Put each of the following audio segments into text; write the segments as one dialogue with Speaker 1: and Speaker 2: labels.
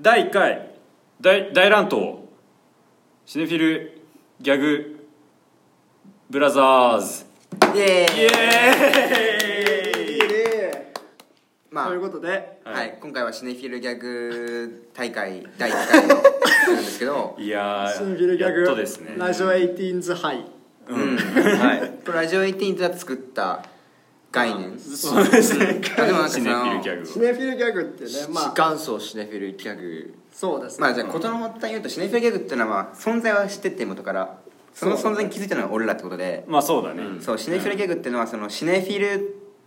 Speaker 1: 第1回大大乱闘シネフィルギャグブラザーズ
Speaker 2: イエ
Speaker 1: イ
Speaker 2: ーイ
Speaker 1: エーイ
Speaker 2: まあ
Speaker 3: ということで
Speaker 2: はい
Speaker 1: は
Speaker 2: 今回はシネフィルギャグ大会第1回のなんですけど、
Speaker 1: いやー
Speaker 3: シンフィルギャ
Speaker 1: やっ
Speaker 3: グ、
Speaker 1: とですね
Speaker 3: ラジオエイティーンズハイ
Speaker 2: うんはい、これラジオ18が作った概念
Speaker 1: そうですね
Speaker 2: あでもなんかそ
Speaker 1: シ
Speaker 2: の
Speaker 1: ネフィルギャ
Speaker 3: シ
Speaker 1: グを
Speaker 3: ネフィルギャグってねまあ
Speaker 2: 元祖シネフィルギャグ
Speaker 3: そうですね、
Speaker 2: まあじゃあ事の発端言うとシネフィルギャグっていうのはまあ存在は知ってて元からその存在に気づいたのは俺らってことで
Speaker 1: まあそうだね、
Speaker 2: そうシネフィルギャグっていうのはそのシネフィルっ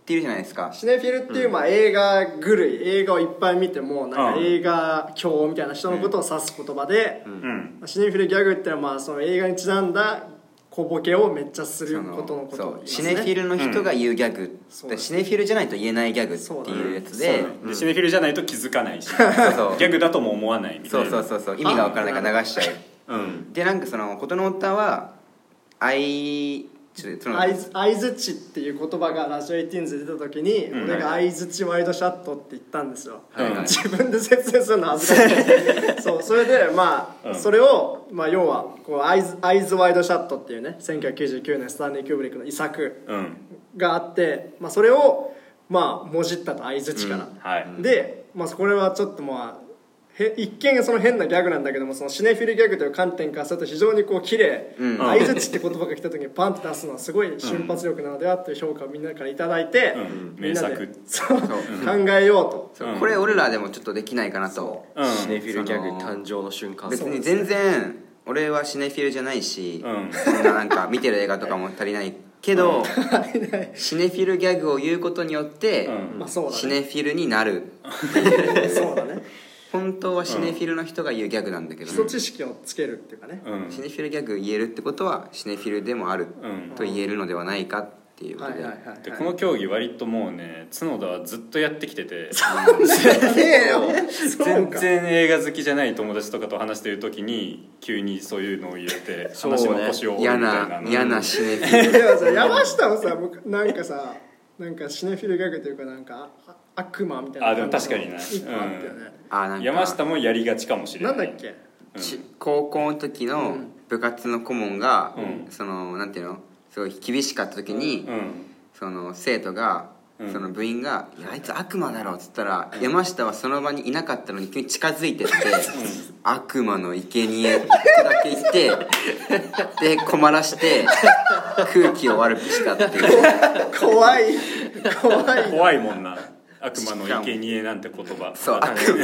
Speaker 2: ていうじゃないですか
Speaker 3: シネフィルっていうまあ映画狂い映画をいっぱい見てもなんか
Speaker 1: うん
Speaker 3: 映画狂みたいな人のことを指す言葉で、
Speaker 1: うん
Speaker 3: シネフィルギャグってのはまあその映画にちなんだ小ボケをめっちゃすることのこ
Speaker 2: そ
Speaker 3: とを言い
Speaker 2: う
Speaker 3: ます
Speaker 2: シ
Speaker 3: ね
Speaker 2: ネフィルの人が言うギャグ、
Speaker 3: そう
Speaker 2: でシネフィルじゃないと言えないギャグっていうやつで
Speaker 1: でシネフィルじゃないと気づかないし
Speaker 2: そうそう
Speaker 1: ギャグだとも思わないみたい
Speaker 2: そう
Speaker 1: な
Speaker 2: そうそうそう意味が分からないから流しちゃ
Speaker 1: うん
Speaker 2: うでなんかその事の発端は「I」ちょっとその
Speaker 3: 相づ相づちっていう言葉がラジオエイティーンズで出た時に、
Speaker 1: うん
Speaker 3: 俺が相づちワイドシャットって言ったんですよ、
Speaker 2: はいはい
Speaker 3: 自分で説明するの恥ずかしいそうそれでまあ、
Speaker 1: うんそ
Speaker 3: それを、まあ、要はこうアイズアイズワイドシャットっていうね1999年スタンリー・キューブリックの遺作
Speaker 1: うん
Speaker 3: があって、まあ、それをまあもじったと相づちから、
Speaker 1: はい
Speaker 3: で、まあ、これはちょっとまあへ一見その変なギャグなんだけどもそのシネフィルギャグという観点からすると非常にこう綺麗
Speaker 2: うん
Speaker 3: 相づちって言葉が来た時にパンって出すのはすごい瞬発力なのではという評価をみんなから頂いただいて、
Speaker 1: うん
Speaker 3: みんなで
Speaker 1: 名作
Speaker 3: そう考
Speaker 2: う
Speaker 3: えよう と
Speaker 2: そう
Speaker 1: うん
Speaker 2: これ俺らでもちょっとできないかなと
Speaker 1: うん
Speaker 4: シネフィルギャグ誕生の瞬間
Speaker 2: 別に全然俺はシネフィルじゃないし、
Speaker 1: うん
Speaker 2: そんななんか見てる映画とかも足りないけど、シネフィルギャグを言うことによって、
Speaker 1: うん
Speaker 3: まあそうだね
Speaker 2: シネフィルになる
Speaker 3: そうだね
Speaker 2: 本当はシネフィルの人が言うギャグなんだけど、
Speaker 3: 基礎知識をつけるっていうかね、
Speaker 1: うん
Speaker 2: シネフィルギャグ言えるってことはシネフィルでもある
Speaker 1: うん
Speaker 2: と言えるのではないかっていうこ
Speaker 3: は
Speaker 2: と
Speaker 3: い
Speaker 2: で、
Speaker 3: はいはい、はい、
Speaker 1: でこの競技割ともうね角田はずっとやってきてて
Speaker 3: ねえよそう
Speaker 1: 全
Speaker 3: か
Speaker 1: 然映画好きじゃない友達とかと話してる時に急にそういうのを入れて
Speaker 4: そうね
Speaker 1: 話の腰を折る
Speaker 2: 嫌
Speaker 1: みたいな
Speaker 2: な
Speaker 1: の
Speaker 2: 嫌なシネフィル
Speaker 3: でもさ山下もさ僕なんかさなんかシネフィルギャグというかなんかあ悪魔みたいな
Speaker 1: あでも確かにな
Speaker 3: 一個あったよね、
Speaker 2: あなんか
Speaker 1: 山下もやりがちかもしれ
Speaker 3: なん
Speaker 1: な
Speaker 3: だ
Speaker 1: い
Speaker 3: っけ
Speaker 2: ち高校の時の部活の顧問が、
Speaker 1: うん
Speaker 2: そのなんていうのすごい厳しかった時に、
Speaker 1: うん
Speaker 2: その生徒が、
Speaker 1: うん
Speaker 2: その部員が「いやあいつ悪魔だろ」っつったら、山下はその場にいなかったのに急に近づい てって「悪魔の生贄ってだけ言 ってで困らして空気を悪くしたって いう
Speaker 3: 怖い怖い
Speaker 1: 怖いもんな悪魔の生贄なんて言葉
Speaker 2: そう悪そ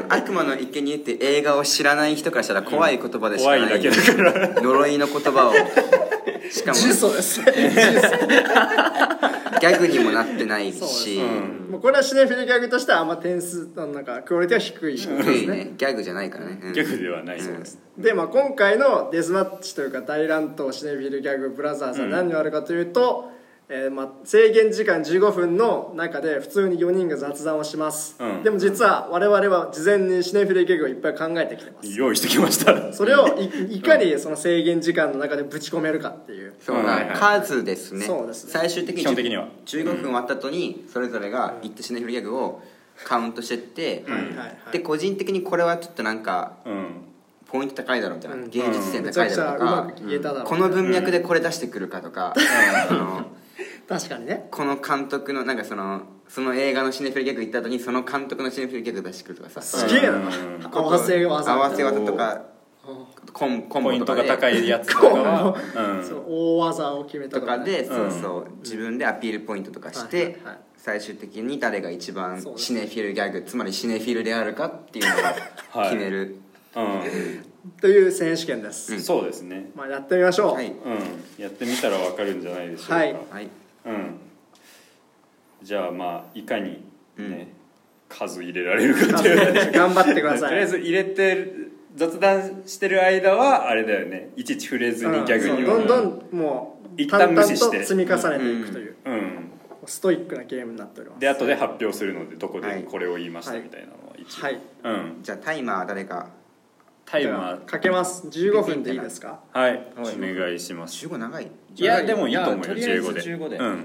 Speaker 2: の悪魔の生贄って映画を知らない人からしたら怖い言葉でしか
Speaker 1: 怖
Speaker 2: ない
Speaker 1: いだけだから
Speaker 2: 呪いの言葉をしかも
Speaker 3: ジソですね
Speaker 2: ギャグにもなってないし、
Speaker 3: もうこれはシネフィルギャグとしてはあんま点数のなんかクオリティは低いです
Speaker 2: 低い
Speaker 3: ね
Speaker 2: ねギャグじゃないからね、うん
Speaker 1: ギャグではない
Speaker 2: うん
Speaker 3: で、まあ、今回のデスマッチというか大乱闘シネフィルギャグブラザーズは何をあるかというと、えーまあ、制限時間15分の中で普通に4人が雑談をします、
Speaker 1: うん
Speaker 3: でも実は我々は事前にシネフィルギャグをいっぱい考えてきてます
Speaker 1: 用意してきました
Speaker 3: それをいいかにその制限時間の中でぶち込めるかっていう
Speaker 2: そう
Speaker 1: うんはいはい
Speaker 2: な数ですね
Speaker 3: そうですね
Speaker 2: 最終的に
Speaker 1: 基本的には
Speaker 2: 15分終わった後にそれぞれが言ったシネフィルギャグをカウントしてって、
Speaker 3: はいはい
Speaker 2: で個人的にこれはちょっとなんか
Speaker 1: うん
Speaker 2: ポイント高いだろうみたいな、
Speaker 3: うん
Speaker 2: 芸術点
Speaker 3: めちゃ
Speaker 2: 高
Speaker 3: く
Speaker 2: い
Speaker 3: ち
Speaker 2: だろ
Speaker 3: ゃ
Speaker 2: う
Speaker 3: う
Speaker 2: とか
Speaker 3: まく言えただろう、
Speaker 2: この文脈でこれ出してくるかとか、あの
Speaker 3: 確かにね
Speaker 2: この監督のなんかそのその映画のシネフィルギャグ行った後にその監督のシネフィルギャグ出してくるとかさ
Speaker 3: すげえな
Speaker 1: うん
Speaker 3: 合わせ技
Speaker 2: 合
Speaker 3: みたいな
Speaker 2: わせ技とかコンコン
Speaker 1: ポイン
Speaker 2: ボと
Speaker 1: ト
Speaker 2: か
Speaker 1: が
Speaker 2: で
Speaker 1: 高いやつとかは
Speaker 3: そうう大技を決めた
Speaker 2: と
Speaker 3: と
Speaker 2: か
Speaker 3: か,、
Speaker 2: で、
Speaker 1: うん
Speaker 2: そうそう自分でアピールポイントとかして、
Speaker 3: はいはいはい
Speaker 2: 最終的に誰が一番
Speaker 3: そうです
Speaker 2: シネフィルギャグつまりシネフィルであるかっていうのを
Speaker 1: はい
Speaker 2: 決める、
Speaker 1: ん
Speaker 3: という選手権です、
Speaker 1: うんそうですね
Speaker 3: まあ、やってみましょう
Speaker 2: はい
Speaker 1: うんやってみたらわかるんじゃないでしょうか
Speaker 3: はい
Speaker 2: はい
Speaker 1: うんじゃあまあいかにね数入れられるかっていう
Speaker 3: 頑張ってくだ
Speaker 1: と
Speaker 3: さ
Speaker 1: りあえ
Speaker 3: い
Speaker 1: ず入れてる雑談してる間はあれだよねいちいち触れずにギャグには
Speaker 3: うんそうどんどんもう
Speaker 1: 一旦無視して
Speaker 3: 淡々と積み重ねていくという、
Speaker 1: うん
Speaker 3: ストイックなゲームになっております
Speaker 1: で後で発表するのでどこ
Speaker 2: は
Speaker 1: で
Speaker 2: い
Speaker 1: これを言いましたみたいなのは一応、
Speaker 3: はい
Speaker 1: うん
Speaker 2: じゃあタイマーは誰か
Speaker 1: タイ
Speaker 3: じゃ
Speaker 1: マ
Speaker 3: あ
Speaker 1: ー
Speaker 3: かけます15分でいいですか
Speaker 1: はいお願いします
Speaker 2: 15長い
Speaker 1: いやでもいいと思う
Speaker 4: いや
Speaker 1: よ
Speaker 4: とりあえず
Speaker 1: 15で
Speaker 4: 15で
Speaker 1: うん、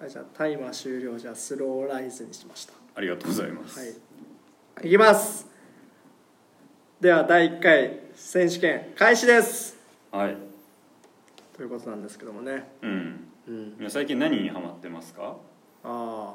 Speaker 3: はいじゃあタイマー終了じゃあスローライズにしました
Speaker 1: ありがとうございます、
Speaker 3: はいいきますでは第1回選手権開始です
Speaker 1: はい
Speaker 3: ということなんですけどもね
Speaker 1: うん
Speaker 3: うん
Speaker 1: いや最近何にハマってますか
Speaker 3: ああ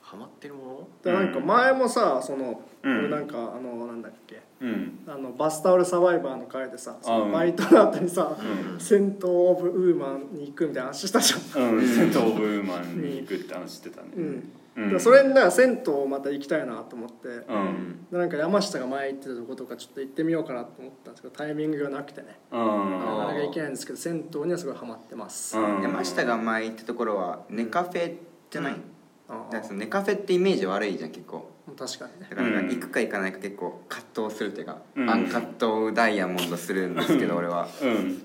Speaker 4: ハマってるも
Speaker 3: でなんか前もさその、
Speaker 1: うん
Speaker 3: 俺なんかあのなんだっけ
Speaker 1: うん
Speaker 3: あのバスタオルサバイバーの回でさその
Speaker 1: うん
Speaker 3: バイトの後にさ、
Speaker 1: う
Speaker 3: 戦闘オブウーマンに行くみたいな話したじゃん
Speaker 1: うんセント・オブ・ウーマンに行くって話してたね
Speaker 3: うん、
Speaker 1: う
Speaker 3: だ
Speaker 1: ん
Speaker 3: からそれにだから銭湯をまた行きたいなと思って、
Speaker 1: うん
Speaker 3: でなんか山下が前行ってたとことかちょっと行ってみようかなと思ったんですけどタイミングがなくてね
Speaker 1: うん
Speaker 3: なかなか行け
Speaker 1: い
Speaker 3: ないんですけど銭湯にはすごいハマってます、あ
Speaker 2: 山下が前行ったところはネカフェじゃない、
Speaker 3: あ
Speaker 2: だからそのネカフェってイメージ悪いじゃん結構
Speaker 3: 確かにね
Speaker 2: だからなんか
Speaker 1: うん
Speaker 2: 行くか行かないか結構葛藤するというか、
Speaker 1: うん
Speaker 2: アンカットダイヤモンドするんです けど俺は
Speaker 1: うん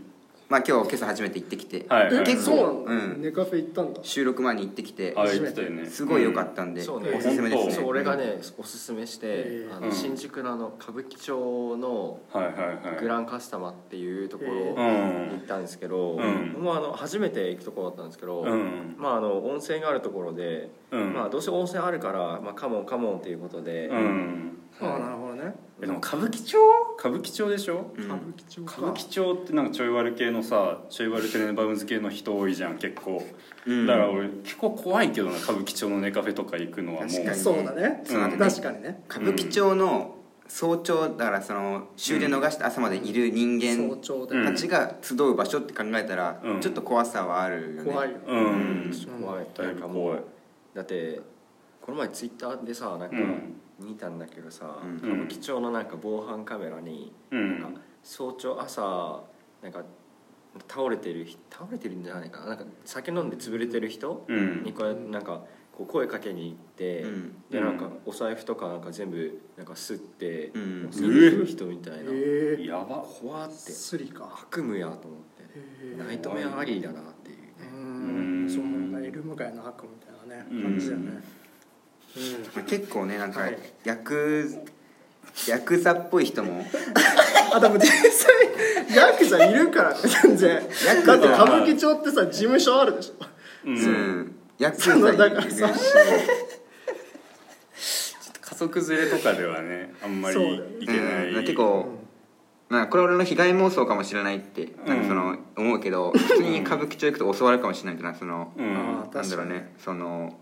Speaker 2: まあ今日今朝初めて行ってきて、
Speaker 1: はいはい
Speaker 2: 結
Speaker 3: そうな
Speaker 2: 構
Speaker 3: の、
Speaker 2: うん
Speaker 3: ネカフェ行ったんだ
Speaker 2: 収録前に行ってきて、
Speaker 1: ああ言ってたよね
Speaker 2: すごい良かったん
Speaker 4: ん
Speaker 2: で、
Speaker 4: そうね
Speaker 2: おすすめです
Speaker 4: そう
Speaker 2: ね
Speaker 4: 俺がねおすすめして
Speaker 3: えー
Speaker 4: あ
Speaker 1: う
Speaker 4: の
Speaker 1: ん
Speaker 4: 新宿のあの歌舞伎町の
Speaker 1: たはいはいはい
Speaker 4: グランカスタマっていうところ
Speaker 3: え
Speaker 1: う
Speaker 4: に行
Speaker 1: ん
Speaker 4: ったんですけど、
Speaker 1: うん
Speaker 4: もうあの初めて行くところだったんですけど、
Speaker 1: うん
Speaker 4: まああの温泉があるところで、
Speaker 1: うん
Speaker 4: まあどうせ温泉あるから、まあ、カモンカモンっていうことで、
Speaker 1: うん
Speaker 3: ああなるほどね
Speaker 1: えでも歌舞伎町歌舞伎町でしょ
Speaker 2: うん
Speaker 3: 歌舞伎町
Speaker 1: 歌
Speaker 3: か
Speaker 1: 舞伎町ってなんかちょい悪系のさちょい悪テレバウンズ系の人多いじゃん結構
Speaker 2: うん
Speaker 1: だから俺結構怖いけどな歌舞伎町のネカフェとか行くのはもう
Speaker 2: 確かに
Speaker 3: そうだね、
Speaker 2: そうだね
Speaker 3: 確かにね
Speaker 2: 歌舞伎町の早朝だからその終電逃して朝までいる人
Speaker 3: 早
Speaker 2: 間
Speaker 3: 朝で、
Speaker 1: うん
Speaker 2: たちが集う場所って考えたら、
Speaker 1: うん
Speaker 2: ちょっと怖さはあるよね
Speaker 3: 怖いよ、
Speaker 1: うん
Speaker 4: 怖い
Speaker 1: だいぶ怖い
Speaker 4: だってこの前ツイッターでさなんか
Speaker 1: うん
Speaker 4: 見たんだけどさ、
Speaker 2: うん
Speaker 4: 歌舞伎町のなんか防犯カメラに、
Speaker 1: う
Speaker 4: なん
Speaker 1: ん
Speaker 4: か早朝朝なんか倒れてる人倒れてるんじゃないかななんか酒飲んで潰れてる人
Speaker 1: う
Speaker 4: に
Speaker 1: ん
Speaker 4: こうやってなんかこう声かけに行って、
Speaker 2: うん
Speaker 4: で
Speaker 1: うん
Speaker 4: なんかお財布とかなんか全部なんか吸って、
Speaker 2: うん
Speaker 4: 吸る人みたいな、
Speaker 3: ええ
Speaker 1: やば
Speaker 4: 怖って
Speaker 3: スリか
Speaker 4: 悪夢やと思って、
Speaker 3: ええ
Speaker 4: ナイトメアアリーだなっていうね、
Speaker 3: うん
Speaker 1: うん
Speaker 3: そうなんだエルム街の白みたいなね
Speaker 1: うん
Speaker 3: 感じだよね
Speaker 2: まあ結構ねなんか
Speaker 3: はい
Speaker 2: ヤクヤクザっぽい人も
Speaker 3: あでも実際ヤクザいるからね全然だって歌舞伎町ってさ事務所あるでしょ
Speaker 1: う
Speaker 2: うん、
Speaker 1: ん
Speaker 2: ヤクザいる
Speaker 3: だから
Speaker 2: し
Speaker 3: さ
Speaker 1: 家族連れとかではねあんまり行けな
Speaker 2: うん、
Speaker 1: い
Speaker 2: 結構、まあ、これ俺の被害妄想かもしれないってなんかその、思うけど普通に歌舞伎町行くと襲われるかもしれないってなその、
Speaker 1: うん
Speaker 3: あ
Speaker 2: なんだろう
Speaker 3: 確か
Speaker 2: ねその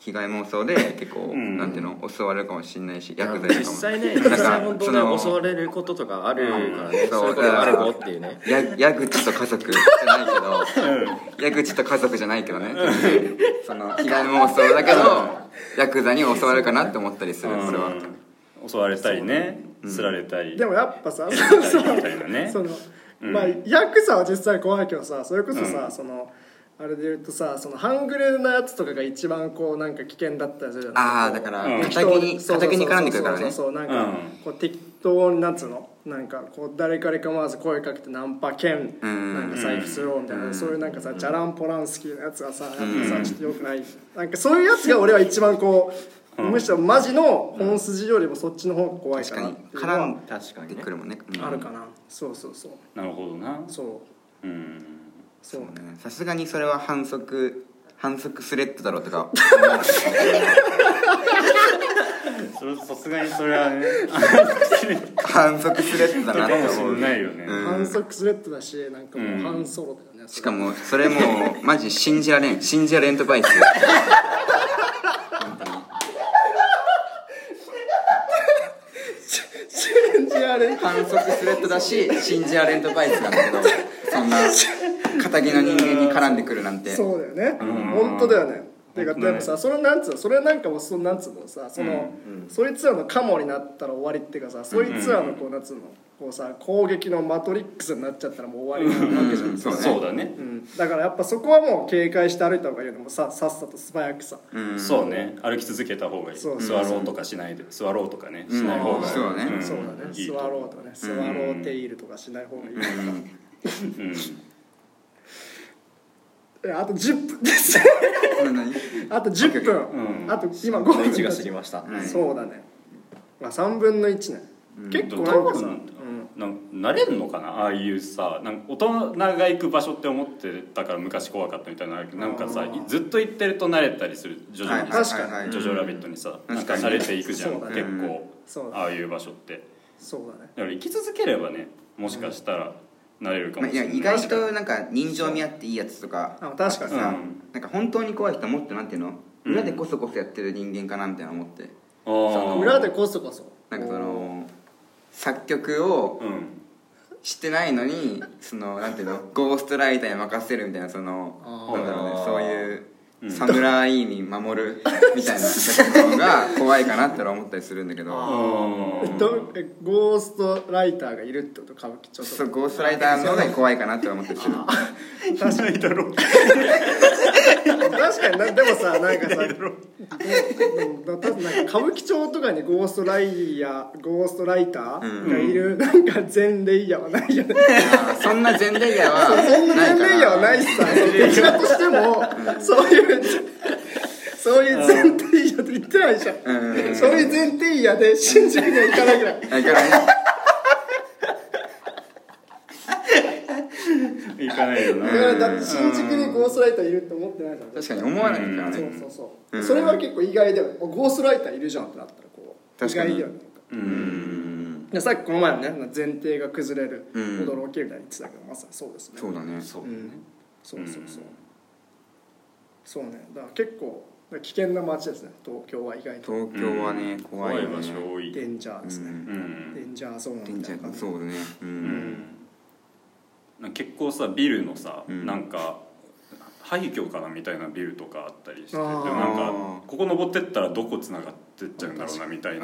Speaker 2: 被害妄想で結構、
Speaker 1: ん
Speaker 2: なんていうの襲われるかもしれないしヤクザいる
Speaker 4: 実
Speaker 2: かも
Speaker 4: 際ね
Speaker 2: なん
Speaker 4: 実
Speaker 2: か
Speaker 4: 際本
Speaker 2: そ
Speaker 4: 当
Speaker 2: の
Speaker 4: に襲われることとかあるからね、
Speaker 2: うん
Speaker 4: そういうことがあればっていうね
Speaker 2: や矢口と家族じゃないけど矢口と家族じゃないけどねその被害妄想だけどヤクザに襲われるかなって思ったりする
Speaker 1: うん
Speaker 2: それは
Speaker 1: 襲われたりねすられたり
Speaker 3: でもやっぱさ
Speaker 1: やられたりみたいなね
Speaker 3: その
Speaker 1: うん
Speaker 3: まあヤクザは実際怖いけどさそれこそさそのあれで言うとさその半グレなやつとかが一番こうなんか危険だったりするじゃない
Speaker 2: ああだから
Speaker 1: うん
Speaker 2: 敵に敵に絡んでくるからね
Speaker 3: そうそうそうそう
Speaker 1: う
Speaker 3: なん
Speaker 1: ん
Speaker 3: かこう適当になんつうのなんかこう誰かに構わず声かけてナンパ兼
Speaker 2: うん
Speaker 3: なんか財布するみたいなそういうなんかさじゃらんポランスキーのやつはさやっぱさちょっとよくないなんかそういうやつが俺は一番こうむしろマジの本筋よりもそっちの方が怖い
Speaker 2: 確
Speaker 3: かな
Speaker 2: か
Speaker 3: っ
Speaker 2: に
Speaker 3: ていうの
Speaker 2: 絡
Speaker 3: は
Speaker 2: ん
Speaker 4: 確かに
Speaker 2: で
Speaker 4: ね
Speaker 2: くるもんねうん
Speaker 3: あるかなそうそうそう
Speaker 1: なるほどな
Speaker 3: そう
Speaker 1: うん
Speaker 3: そうね
Speaker 2: うんさすがにそれは反則反則スレッドだろうと か
Speaker 1: それさすがにそれ はね
Speaker 2: 反則スレッド
Speaker 1: あ
Speaker 2: だ
Speaker 1: か
Speaker 2: な
Speaker 1: も
Speaker 2: って
Speaker 1: し
Speaker 2: 思
Speaker 1: れ
Speaker 2: う
Speaker 1: ないよね
Speaker 2: うん
Speaker 3: 反則スレッドだしなんかもううん反ソロだよね、
Speaker 2: しかもそれもうマジ信じられん信じられんとバイス
Speaker 3: 信じられん
Speaker 2: 反則スレッドだし信じられんとバイスなんだけどそんな堅気な人間に絡んでくるなんて
Speaker 3: そうだよね本当だよねてか
Speaker 1: 本当
Speaker 3: で
Speaker 1: だね
Speaker 3: もさそれなんつうのそれなんかもうそのなんつうのさその、そいつらのカモになったら終わりっていうかさそいつらのこうなんつうのこうさ攻撃のマトリックスになっちゃったらもう終わりなわけじゃん、
Speaker 2: そうね
Speaker 1: そうだね
Speaker 3: うん、だからやっぱそこはもう警戒して歩いた方がいいよねもうささっさと素早くさ、
Speaker 2: うん
Speaker 1: そうね歩き続けた方がいい
Speaker 3: そ
Speaker 1: 座
Speaker 3: うそう
Speaker 1: ろうとかしないで座ろうとかね
Speaker 2: うん
Speaker 1: しない方が
Speaker 2: そうね
Speaker 1: ん
Speaker 3: そうだね
Speaker 1: いい
Speaker 3: ス
Speaker 1: と
Speaker 3: ワローとかねスワローテイルとかしない方がいいよね、
Speaker 1: うん
Speaker 3: えあと10分 です
Speaker 2: うん何
Speaker 3: あと10分、あと今5分
Speaker 4: 1が過ぎました、
Speaker 2: はい
Speaker 3: そうだね、まあ、3分の1ね、結構なん
Speaker 1: 多
Speaker 3: かさ、
Speaker 1: 分
Speaker 3: う
Speaker 1: なんなれるのかなああいうさなんか大人が行く場所って思ってたから昔怖かったみたいなのあるけどなんかさ
Speaker 3: あー
Speaker 1: ずっと行ってると慣れたりする徐々に
Speaker 3: 確かに
Speaker 2: はいはいはい
Speaker 1: ジョジョラビットにさ、
Speaker 2: うん
Speaker 1: なんかされていくじゃん、
Speaker 3: そうだね
Speaker 1: 結構、
Speaker 3: そうだね
Speaker 1: ああいう場所って
Speaker 3: そうだね
Speaker 1: だから生き続ければねもしかしたらなれるか
Speaker 2: ま
Speaker 1: も
Speaker 2: あ、い
Speaker 1: しれ
Speaker 2: や
Speaker 1: ない、
Speaker 2: 意外となんか人情味あっていいやつとか
Speaker 3: あ確かに
Speaker 1: う
Speaker 2: さ、
Speaker 1: ん
Speaker 2: なんか本当に怖い人はもっとなんていうの
Speaker 1: うん
Speaker 2: 裏でこそこそやってる人間かなみたいな思って
Speaker 1: あー
Speaker 3: 裏でこそこそ
Speaker 2: なんかその作曲を
Speaker 1: うん
Speaker 2: してないのにそのなんていうのゴーストライターに任せるみたいなその
Speaker 3: あー
Speaker 2: なんだろうね
Speaker 4: あー
Speaker 2: そういう
Speaker 1: うん
Speaker 2: 侍に守るみたいな 作のが怖いかなって俺は思ったりするんだけ
Speaker 1: あ
Speaker 2: ど
Speaker 1: ー
Speaker 3: どえゴーストライターがいるってこと歌舞伎町
Speaker 2: そ
Speaker 3: と
Speaker 2: う
Speaker 3: か
Speaker 2: ゴーストライターの方が怖いかなって思ったりする
Speaker 1: い ないだろう
Speaker 3: 確かになでもさなんかさうんうんたなんか歌舞伎町とかにゴーストライヤーゴーストライターがいる、なんか全レイヤーはないよね
Speaker 2: あ ーそんな全レイヤーは
Speaker 3: そんな
Speaker 2: な
Speaker 3: 全
Speaker 2: いか
Speaker 3: レイヤーはないしさどちらとしてもそういうそういう前提イヤーって言ってないじゃん
Speaker 2: うん
Speaker 3: そういう前提イヤーで新宿には行かないぐらい
Speaker 2: だからね
Speaker 1: いかないよな
Speaker 3: だからだって新宿にゴーストライターいるって思ってないじゃん
Speaker 2: 確かに思わないから
Speaker 3: そう
Speaker 2: ね
Speaker 3: そうそう、
Speaker 2: うん
Speaker 3: それは結構意外だよねあゴーストライターいるじゃんってなったらこう
Speaker 2: 確かに
Speaker 3: 意外だよね
Speaker 2: うん
Speaker 3: でさっきこの前のね前提が崩れる、
Speaker 2: うん
Speaker 3: 驚きみたいに言ってたけどまさにそうですね
Speaker 2: そうだね
Speaker 1: そう
Speaker 3: う
Speaker 1: だね
Speaker 3: ん、そうそうそう、そうねだから結構危険な街ですね東京は意外と
Speaker 2: 東京はね、怖いよね
Speaker 1: 場所多い
Speaker 3: デンジャーです
Speaker 2: う
Speaker 3: ね、
Speaker 2: ん
Speaker 1: うん
Speaker 3: デンジャーゾーン
Speaker 2: 電
Speaker 3: みた
Speaker 2: 車
Speaker 3: いな
Speaker 2: そうだねう
Speaker 1: うんんなんか結構さビルのさ、
Speaker 2: うん
Speaker 1: なんか廃墟かなみたいなビルとかあったりしてで
Speaker 3: あ
Speaker 1: も
Speaker 3: ー
Speaker 1: なんかここ登ってったらどこ繋がってっちゃうんだろうなみたい
Speaker 2: うん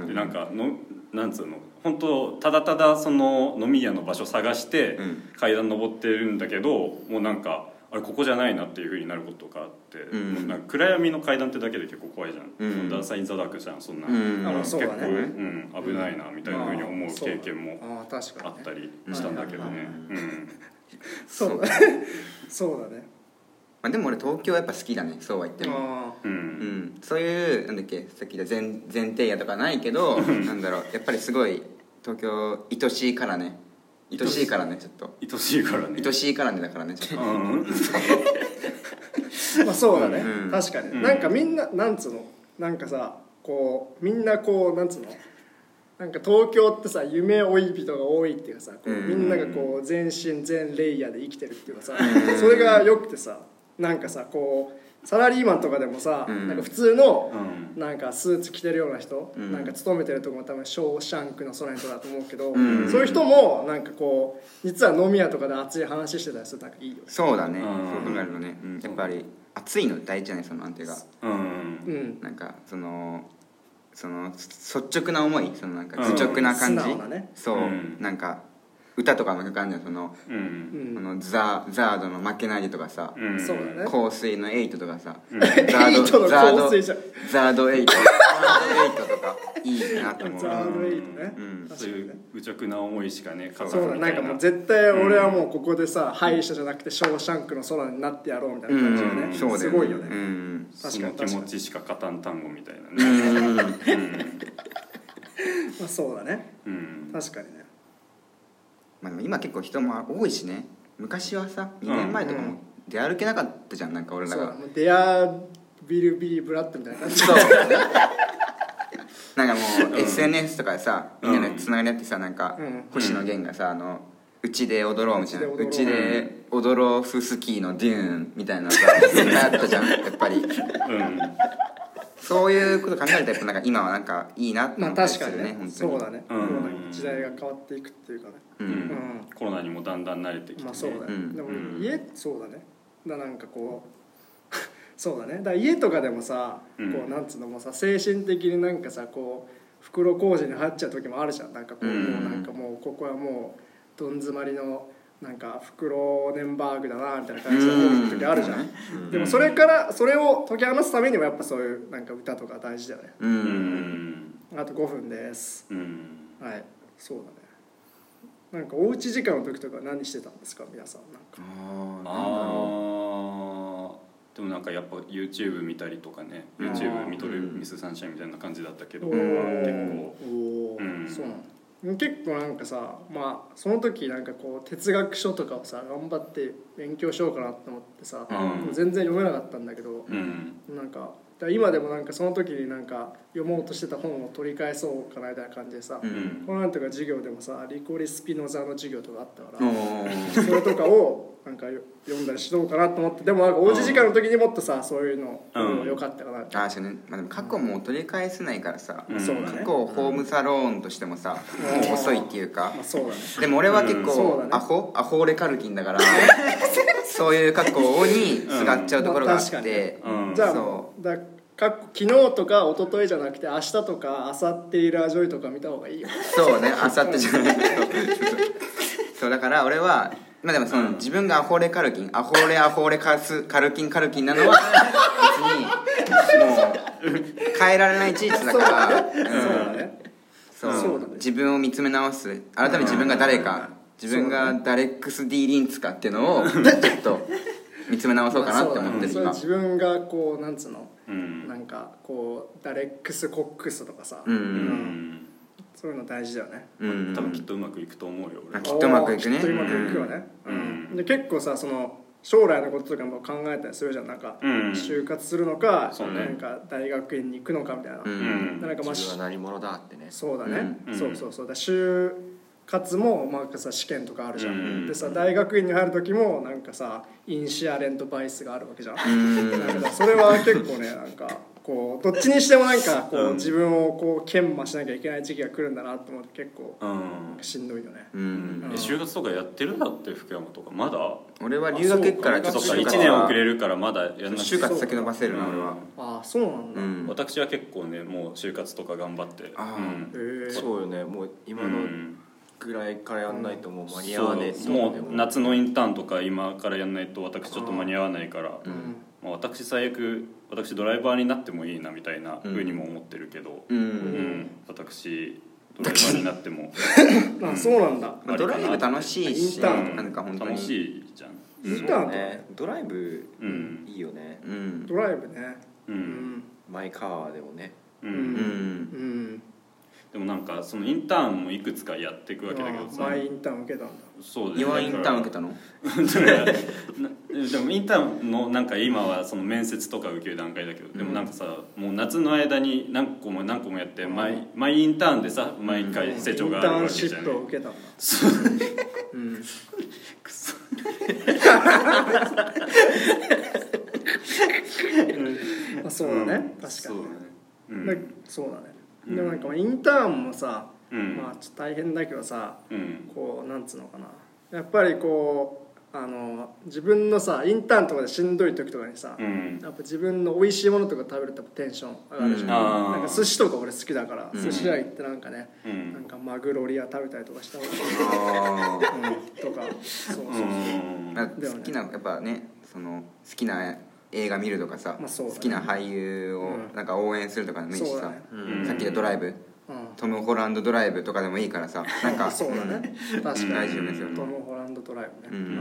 Speaker 1: なでなんかのなんつうの本当ただただその飲み屋の場所探して
Speaker 2: うん
Speaker 1: 階段登ってるんだけどもうなんかあれここじゃないなっていうふうになることがあって、
Speaker 2: ん
Speaker 1: もうなんか暗闇の階段ってだけで結構怖いじゃん、
Speaker 2: うん
Speaker 1: ダンサー・イン・ザ・ダークじゃんそんな、
Speaker 2: うん
Speaker 1: だから
Speaker 3: あそ
Speaker 1: 結
Speaker 3: う
Speaker 1: 構
Speaker 3: だね
Speaker 1: うん危ないなみたいなふうに思う経験も
Speaker 3: ああ確か
Speaker 1: あっ
Speaker 3: に、
Speaker 1: た
Speaker 3: ね、
Speaker 1: りしたんだけどね、うん
Speaker 3: そうだねそうだね
Speaker 2: まあでも俺東京はやっぱ好きだねそうは言っても
Speaker 3: あ
Speaker 1: う
Speaker 2: うんんそういうなんだっけさっき言った前前提やとかないけどなんだろうやっぱりすごい東京愛しいからね愛しいからねちょっと
Speaker 1: 愛しいからね
Speaker 2: 愛しいからねだからねちょっと
Speaker 1: うん
Speaker 3: あまあそうだね、
Speaker 2: うん
Speaker 3: 確かに、
Speaker 1: うん
Speaker 3: なんかみんななんつうのなんかさこうみんなこうなんつうのなんか東京ってさ夢追い人が多いっていうかさこう
Speaker 2: うん
Speaker 3: みんながこう全身全レイヤーで生きてるっていうかさそれがよくてさなんかさこうサラリーマンとかでもさ、
Speaker 2: うん
Speaker 3: なんか普通の
Speaker 1: うん
Speaker 3: なんかスーツ着てるような人、
Speaker 2: うん
Speaker 3: なんか勤めてるとこも多分「ショーシャンクの空に」とかだと思うけど、
Speaker 2: ん
Speaker 3: そういう人もなんかこう実は飲み屋とかで熱い話してたりするとなんかいいよね
Speaker 2: そうだね
Speaker 1: う
Speaker 2: そ
Speaker 1: ん
Speaker 2: う考えるとねうんやっぱり暑いの大事じゃないその安定が
Speaker 1: うん
Speaker 3: うん
Speaker 2: なんかそのそのそ率直な思いそのなんか
Speaker 1: うん
Speaker 2: 愚直な感じ
Speaker 3: 素直なね
Speaker 2: そう
Speaker 1: うん
Speaker 2: なんか歌とかもかかんじゃんその
Speaker 1: う
Speaker 3: うん
Speaker 2: あ
Speaker 3: ん
Speaker 2: のザ・ザードの「負けないで」とかさ、
Speaker 1: うん
Speaker 3: そうだね
Speaker 2: 香水の「エイト」とかさ、ザ
Speaker 3: エイトの
Speaker 2: ザード
Speaker 3: 香水じゃん
Speaker 2: ザードエイトザードエイトとかいいなと思
Speaker 3: ザー
Speaker 2: う
Speaker 3: ドエイトね、
Speaker 2: うん
Speaker 1: そう
Speaker 3: 確か
Speaker 1: い
Speaker 3: にね
Speaker 1: う愚直な思いしかね語
Speaker 3: そうだ
Speaker 1: み
Speaker 3: な
Speaker 1: た
Speaker 3: んか
Speaker 1: い
Speaker 3: もう
Speaker 1: な
Speaker 3: 絶対俺はもうここでさ、敗者じゃなくて「ショーシャンクの空になってやろう」みたいな感じがね、
Speaker 2: うんそうだよね
Speaker 3: すごいよね、
Speaker 2: うん
Speaker 1: その
Speaker 3: 確か
Speaker 1: 気
Speaker 3: に
Speaker 1: 持ちしか語らん単語みたいな
Speaker 2: う
Speaker 1: ね
Speaker 2: ん
Speaker 3: まあ、そうだね
Speaker 1: うん
Speaker 3: 確かにね
Speaker 2: まあ、でも今結構人も多いしね昔はさ2年前とか
Speaker 3: う
Speaker 2: も出歩けなかったじゃんなんか俺ら
Speaker 3: そうだ
Speaker 2: が
Speaker 3: もうデアビルビーブラッドみたいな 感じ
Speaker 2: そうなんかもう SNS とかでさみんなでつながり合ってさなんか
Speaker 3: うん
Speaker 2: 星野源がさあのうちで踊ろうみたいな
Speaker 3: う
Speaker 2: う
Speaker 3: ち
Speaker 2: ち
Speaker 1: で
Speaker 2: で踊ろうフスキーのデューンみたい なのがいっぱいあったじゃんやっぱり
Speaker 1: うん
Speaker 2: そういうこと考えるとやっぱなんか今はなんかいいなって
Speaker 3: ま
Speaker 2: 思
Speaker 3: あ
Speaker 2: ったり
Speaker 3: 確か
Speaker 2: する
Speaker 3: にね
Speaker 2: ね本当に
Speaker 3: そうだね、
Speaker 1: うん
Speaker 3: そうだね時代が変わっていくっていうかね
Speaker 2: う
Speaker 1: うんんコロナにもだんだん慣れてきてね
Speaker 3: まあそうだね、
Speaker 2: うん
Speaker 3: でも
Speaker 1: うん
Speaker 3: 家、そうだねだからなんかこう そうだねだから家とかでもさ、
Speaker 1: うん
Speaker 3: こうなんつうのもうさ精神的になんかさこう袋小路に入っちゃう時もあるじゃんなんかこう,、
Speaker 2: うん
Speaker 3: もうなんかもうここはもうどん詰まりのなんか袋ネンバーグだなみたいな感じで思う時あるじゃん、でもそれからそれを解き放つためにもやっぱそういうなんか歌とか大事だよね
Speaker 2: う
Speaker 1: うんん
Speaker 3: あと5分です
Speaker 1: うん
Speaker 3: はいそうだねなんかおうち時間の時とか何してたんですか皆さんなんか
Speaker 2: ああ
Speaker 1: あーでもなんかやっぱ YouTube 見たりとかね
Speaker 3: あー
Speaker 1: YouTube 見とる
Speaker 2: うん
Speaker 1: ミスサンシャインみたいな感じだったけど
Speaker 3: お
Speaker 1: 結
Speaker 3: ー
Speaker 1: 構
Speaker 3: おー
Speaker 1: うん
Speaker 3: そうなの結構なんかさまあその時なんかこう哲学書とかをさ頑張って勉強しようかなって思ってさ、
Speaker 1: うん
Speaker 3: 全然読めなかったんだけど
Speaker 1: う、ん
Speaker 3: なんかだから今でもなんかその時になんか読もうとしてた本を取り返そうかなみたいな感じでさ、
Speaker 2: う
Speaker 1: うん
Speaker 2: ん
Speaker 3: このなんとか授業でもさリコリスピノザの授業とかあったから、
Speaker 2: おー
Speaker 3: それとかをなんかよ読んだりしようかなと思ってでもなんかおうち時間の時にもっとさそういうの、
Speaker 1: うん
Speaker 3: よかったかなって
Speaker 2: あーそうね、まあ、でも過去も取り返せないからさ、
Speaker 1: うん
Speaker 3: そうだね
Speaker 2: 過去をホームサローンとしてもさ、
Speaker 3: うん
Speaker 2: もう遅いっていうか、
Speaker 3: まあ、そうだね
Speaker 2: でも俺は結
Speaker 3: うんそう
Speaker 2: 構、
Speaker 3: だね
Speaker 2: アホアホ俺カルキンだから そういう過去にすがっちゃうところがあって、
Speaker 1: まあ確かにうん
Speaker 3: じゃあ
Speaker 2: そ
Speaker 3: だかっ昨日とか一昨日じゃなくて明日とか明後日いるアジョイとか見た方がいいよ
Speaker 2: そうねあさってじゃないけどそうだから俺はまあでもその、自分がアホレカルキンアホレアホレカスカルキンカルキンなのは別にもう変えられない事実だか
Speaker 3: そ
Speaker 2: ら
Speaker 3: うだね
Speaker 2: そう
Speaker 3: そうだね
Speaker 2: 自分を見つめ直す改めて自分が誰か自分がダレックス・ディ・リンツかっていうのをちょっと見つめ直そうかなって思ってる
Speaker 3: そ
Speaker 2: 今、
Speaker 3: うだねそれ自分がこうなんつうの、
Speaker 1: うん
Speaker 3: なんかこうダレックス・コックスとかさ、
Speaker 2: うん
Speaker 1: うん
Speaker 3: そういうの大事だよね
Speaker 2: うん
Speaker 1: 多分きっとうまくいくと思うよ俺
Speaker 2: あきっとうまくいくね
Speaker 3: きっとうまくいくよね、
Speaker 1: うん
Speaker 3: うんで結構さその将来のこととかも考えたりするじゃんなんか、
Speaker 1: うん
Speaker 3: 就活するのか、
Speaker 1: そうね
Speaker 3: なんか大学院に行くのかみたいな、
Speaker 2: う
Speaker 1: うんん
Speaker 3: なんかまあ
Speaker 4: 自分は何者だってね
Speaker 3: そうだね、
Speaker 1: うん
Speaker 3: そうそうそうだ就活もまあさ試験とかあるじゃん、
Speaker 1: うん
Speaker 3: でさ大学院に入る時もなんかさインシアレントバイスがあるわけじゃん
Speaker 2: ん
Speaker 3: なんかそれは結構ねなんかこうどっちにしてもなんかこう、
Speaker 1: うん
Speaker 3: 自分をこう研磨しなきゃいけない時期が来るんだなと思って結構
Speaker 1: うん
Speaker 3: しんどいよね、
Speaker 2: うん
Speaker 1: え就活とかやってるんだって福山とかまだ
Speaker 2: 俺は留学行くから
Speaker 1: ちょっと
Speaker 2: 就活
Speaker 1: 1年遅れるからまだやんなくて
Speaker 2: 就活先延ばせるな俺は
Speaker 3: ああそうなん
Speaker 2: う
Speaker 3: だ、
Speaker 2: ん
Speaker 1: 私は結構ねもう就活とか頑張って
Speaker 2: あ
Speaker 3: へ
Speaker 2: ー
Speaker 3: え
Speaker 4: そうよねもう今
Speaker 1: う
Speaker 4: の
Speaker 1: ん
Speaker 4: ぐらいからやんないともう間に合わねえって
Speaker 1: そう
Speaker 4: 思
Speaker 1: も
Speaker 4: って
Speaker 1: う夏のインターンとか今からやんないと私ちょっと間に合わないか
Speaker 3: ん
Speaker 1: ら、まあ、私最悪私ドライバーになってもいいなみたいなふうにも思ってるけど、
Speaker 2: う
Speaker 1: うん
Speaker 2: ん
Speaker 1: 私ドライバーになっても
Speaker 3: あそうなんだ
Speaker 2: まあドライブ楽しい
Speaker 3: イ
Speaker 2: し
Speaker 3: ンターン
Speaker 2: なんか本当に
Speaker 1: 楽しいじゃん
Speaker 3: インタ
Speaker 4: そ
Speaker 3: ーン
Speaker 4: う
Speaker 3: とか
Speaker 4: ねドライブ
Speaker 1: うん
Speaker 4: いいよね
Speaker 2: うん
Speaker 3: ドライブね
Speaker 1: う
Speaker 3: うんん
Speaker 4: マイカーでもね
Speaker 1: う
Speaker 2: うんん
Speaker 3: うん
Speaker 1: でもなんかそのインターンもいくつかやっていくわけだけど
Speaker 3: ああ
Speaker 1: さ
Speaker 3: 前インターン受けたんだ
Speaker 1: そうだね
Speaker 2: 弱いインターン受けたの
Speaker 1: な でもインターンのなんか今はその面接とか受ける段階だけどでもなんかさもう夏の間に何個も何個もやって毎毎インターンでさ毎回成長があるわけ
Speaker 3: イン
Speaker 1: じ
Speaker 3: ター
Speaker 1: ゃ
Speaker 3: ンシッ
Speaker 1: な
Speaker 3: プ
Speaker 1: い
Speaker 3: を受けたんだうん
Speaker 1: くそ
Speaker 3: まあそうだね、確かに
Speaker 1: そうだねうん
Speaker 3: でそうだね、
Speaker 1: うん
Speaker 3: でもなんかまあインターンもさ、
Speaker 1: うん
Speaker 3: まあちょっと大変だけどさ
Speaker 1: うん
Speaker 3: こうなんつうのかなやっぱりこうあの自分のさインターンとかでしんどい時とかにさ、
Speaker 1: うん
Speaker 3: やっぱ自分の美味しいものとか食べるとやっぱテンション上がるじゃん、
Speaker 1: うんあー
Speaker 3: なんか寿司とか俺好きだから、寿司屋行ってなんかね、
Speaker 1: うん
Speaker 3: なんかマグロリア食べたりとかした方がいい、
Speaker 2: あー
Speaker 3: うん、とかそうそうそう、
Speaker 2: なんか 好きなやっぱねその好きな映画見るとかさ
Speaker 3: まあそう
Speaker 2: 好
Speaker 3: だね
Speaker 2: きな俳優を
Speaker 3: うん
Speaker 2: なんか応援するとかでもいいし
Speaker 3: そうだ
Speaker 2: さ
Speaker 3: ね
Speaker 1: うん
Speaker 2: さっきのドライブ
Speaker 3: うん
Speaker 2: トム・ホランドドライブとかでもいいか らさなんか
Speaker 3: そうだね確かに
Speaker 2: 大事ですよね
Speaker 3: トム・ホランドドライブね、
Speaker 2: うん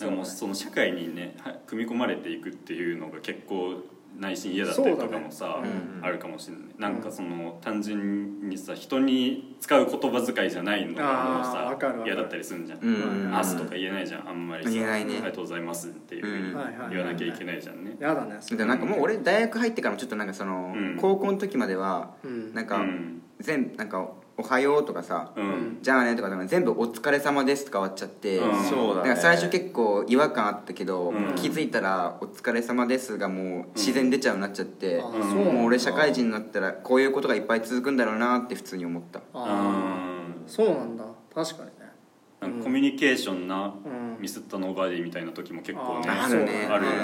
Speaker 1: なんかもうその社会にねは組み込まれていくっていうのが結構内心嫌だったりとかもさ、
Speaker 3: そうだね
Speaker 1: あるかもしれないなんかその単純にさ人に使う言葉遣いじゃないのがも
Speaker 3: あ
Speaker 1: う
Speaker 3: ーわ
Speaker 1: さ
Speaker 3: かるわかる
Speaker 1: 嫌だったりするじゃん
Speaker 2: うん
Speaker 3: ん
Speaker 1: 「明日」とか言えないじゃんあんまりさ
Speaker 2: 言えないね
Speaker 1: ありがとうございます」っていうふ
Speaker 2: うん
Speaker 1: う
Speaker 3: はいはいはいは
Speaker 1: に
Speaker 3: い
Speaker 1: 言わなきゃいけないじゃんね
Speaker 3: やだねそ
Speaker 2: で
Speaker 3: れ
Speaker 2: もなんかもう俺大学入ってからもちょっとなんかその、
Speaker 1: うん
Speaker 2: 高校の時までは
Speaker 3: うん
Speaker 2: なん
Speaker 1: う
Speaker 2: か
Speaker 1: ん
Speaker 2: 全部なんか「おはよう」とかさ
Speaker 1: うん
Speaker 2: 「じゃあね」とかなんか全部「お疲れ様です」とか終わっちゃって、
Speaker 1: うん
Speaker 4: そうだね
Speaker 2: なんか最初結構違和感あったけど、
Speaker 1: うん
Speaker 2: 気づいたら「お疲れ様です」がもう自然出ちゃうようになっちゃって、
Speaker 3: あ
Speaker 1: ん
Speaker 3: そうなんだ
Speaker 2: もう俺社会人になったらこういうことがいっぱい続くんだろうなって普通に思った
Speaker 3: あ
Speaker 1: うん
Speaker 3: あそうなんだ確かにね
Speaker 1: なんかコミュニケーションな
Speaker 3: うん
Speaker 1: ミスったノーバディみたいな時も結構ね
Speaker 2: あーるね
Speaker 1: あるよね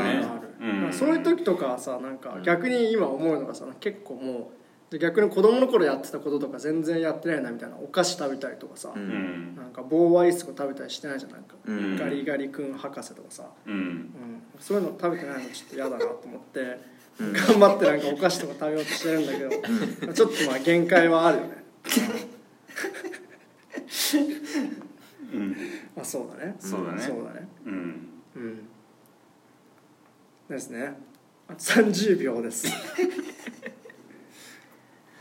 Speaker 1: うん
Speaker 3: まあそういう時とかはさなんか逆に今思うのがさ結構もう逆に子供の頃やってたこととか全然やってないなみたいなお菓子食べたりとかさ、
Speaker 2: う
Speaker 1: うんん
Speaker 3: なんか棒アイスとか食べたりしてないじゃんないか、
Speaker 2: うん
Speaker 3: ガリガリ君博士とかさ、
Speaker 1: うん
Speaker 3: うん、そういうの食べてないのちょっと嫌だなと思って、頑張ってなんかお菓子とか食べようとしてるんだけどちょっとまあ限界はあるよね、
Speaker 1: うん
Speaker 3: まあ、そうだね
Speaker 1: そうだね
Speaker 3: そうだね
Speaker 1: うん
Speaker 3: うんですねあと30秒です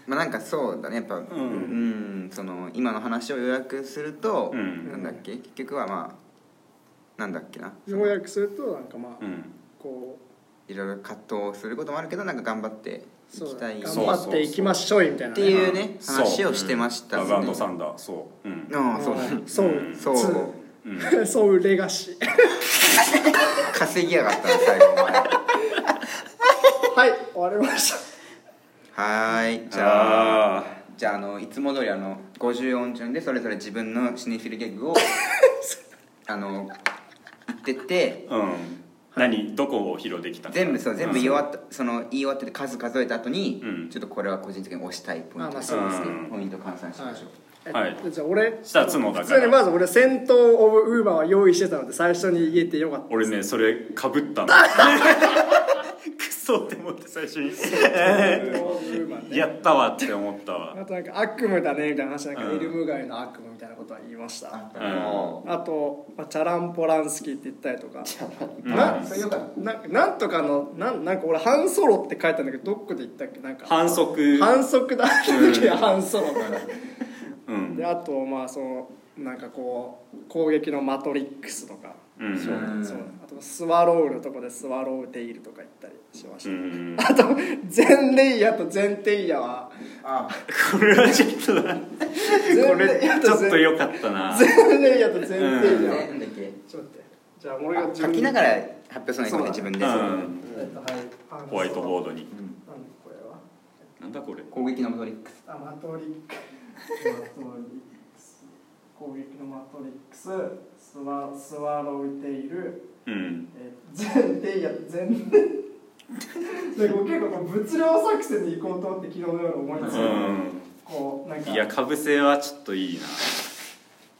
Speaker 2: まあなんかそうだねやっぱうん、その今の話を予約すると、
Speaker 1: うん
Speaker 2: なんだっけ結局はまあなんだっけな
Speaker 3: 要約するとなんかまあ、
Speaker 1: うん
Speaker 3: こう
Speaker 2: いろいろ葛藤することもあるけどなんか頑張ってい
Speaker 3: そ
Speaker 2: き
Speaker 3: う
Speaker 2: た
Speaker 3: だ
Speaker 2: い
Speaker 3: ね
Speaker 2: っ
Speaker 3: 頑張っていきましょうよみたいな
Speaker 2: て
Speaker 3: ね
Speaker 2: いうね
Speaker 1: そう
Speaker 2: 話をしてました
Speaker 1: ラ
Speaker 2: ね
Speaker 1: ブサンダーそううん
Speaker 2: ああそうだね
Speaker 3: んそう
Speaker 1: うん
Speaker 2: そう
Speaker 3: そうそうレガシー
Speaker 2: 稼ぎやがったな最後お前
Speaker 3: はい終わりました
Speaker 2: はーいじゃあ
Speaker 1: ああ
Speaker 2: じゃああのいつも通りあの50音順でそれぞれ自分のシネフィルギャグをあの言ってって
Speaker 1: うん何どこを披露できたか
Speaker 2: 全部そう全部言い終わ
Speaker 1: っ
Speaker 2: った、その言い終わってて数数えた後に、
Speaker 1: うん
Speaker 2: ちょっとこれは個人的に押したいポイン
Speaker 3: あま
Speaker 2: ト
Speaker 3: あそう
Speaker 1: ですね
Speaker 2: ポイント換算しましょう、
Speaker 1: はい
Speaker 3: えじゃあ俺
Speaker 1: したら角だ
Speaker 3: 普
Speaker 1: か
Speaker 3: 通に
Speaker 1: ら
Speaker 3: まず俺戦闘オブウーバーは用意してたので最初に言えてよかった
Speaker 1: 俺ねそれかぶったの クソって思って最初に
Speaker 3: 戦闘オブウーバーね
Speaker 1: やったわって思った
Speaker 3: あ
Speaker 1: わ
Speaker 3: となんか悪夢だねみたいな話なんか
Speaker 1: うん
Speaker 3: イルム街の悪夢みたいなことは言いました
Speaker 1: うん
Speaker 2: も
Speaker 3: あと、まあ、チャランポランスキーって言ったりとか
Speaker 1: うん
Speaker 3: な
Speaker 2: それよかっ
Speaker 3: ななんとかのなんなんか俺半ソロって書いたんだけどどこで言ったっけなんか
Speaker 1: 反則
Speaker 3: 反則だ時は反則
Speaker 1: うん
Speaker 3: であとまあそのなんかこう攻撃の「マトリックス」とか、
Speaker 1: うん
Speaker 3: そう
Speaker 2: うん
Speaker 3: そうあと「スワロール」とかで「スワローデイル」とか言ったりしまし
Speaker 1: う
Speaker 3: た、
Speaker 1: ん
Speaker 3: あと全レイヤーと全テイヤーは
Speaker 2: あ
Speaker 1: これはちょっとなこ
Speaker 3: 全
Speaker 1: れ
Speaker 3: レイヤー
Speaker 1: ちょ
Speaker 3: と
Speaker 1: っと
Speaker 3: 全
Speaker 1: 良かったな
Speaker 3: 全レイヤーと全テイヤ
Speaker 2: あ
Speaker 3: ー、
Speaker 2: ねなんだっけ
Speaker 3: ちょっと待ってじゃあ俺が
Speaker 2: あ
Speaker 3: 自
Speaker 2: 書
Speaker 3: 分
Speaker 2: きながら発表するのがいいね
Speaker 1: う
Speaker 2: 自分で、
Speaker 1: ん
Speaker 3: えっとはい
Speaker 1: ホワイトボードに
Speaker 2: う
Speaker 3: な
Speaker 2: ん
Speaker 3: んだこれは
Speaker 1: なんだこれ
Speaker 2: 攻撃のマトリックス
Speaker 3: あマトリックスマトリックス攻撃のマトリックススワスワローテイル
Speaker 1: うん
Speaker 3: えー全然いや全 然でこう結構こう物量作戦で行こうと思って昨日の夜思いついて、
Speaker 1: う
Speaker 3: こうなんか
Speaker 1: んいやかぶせはちょっといい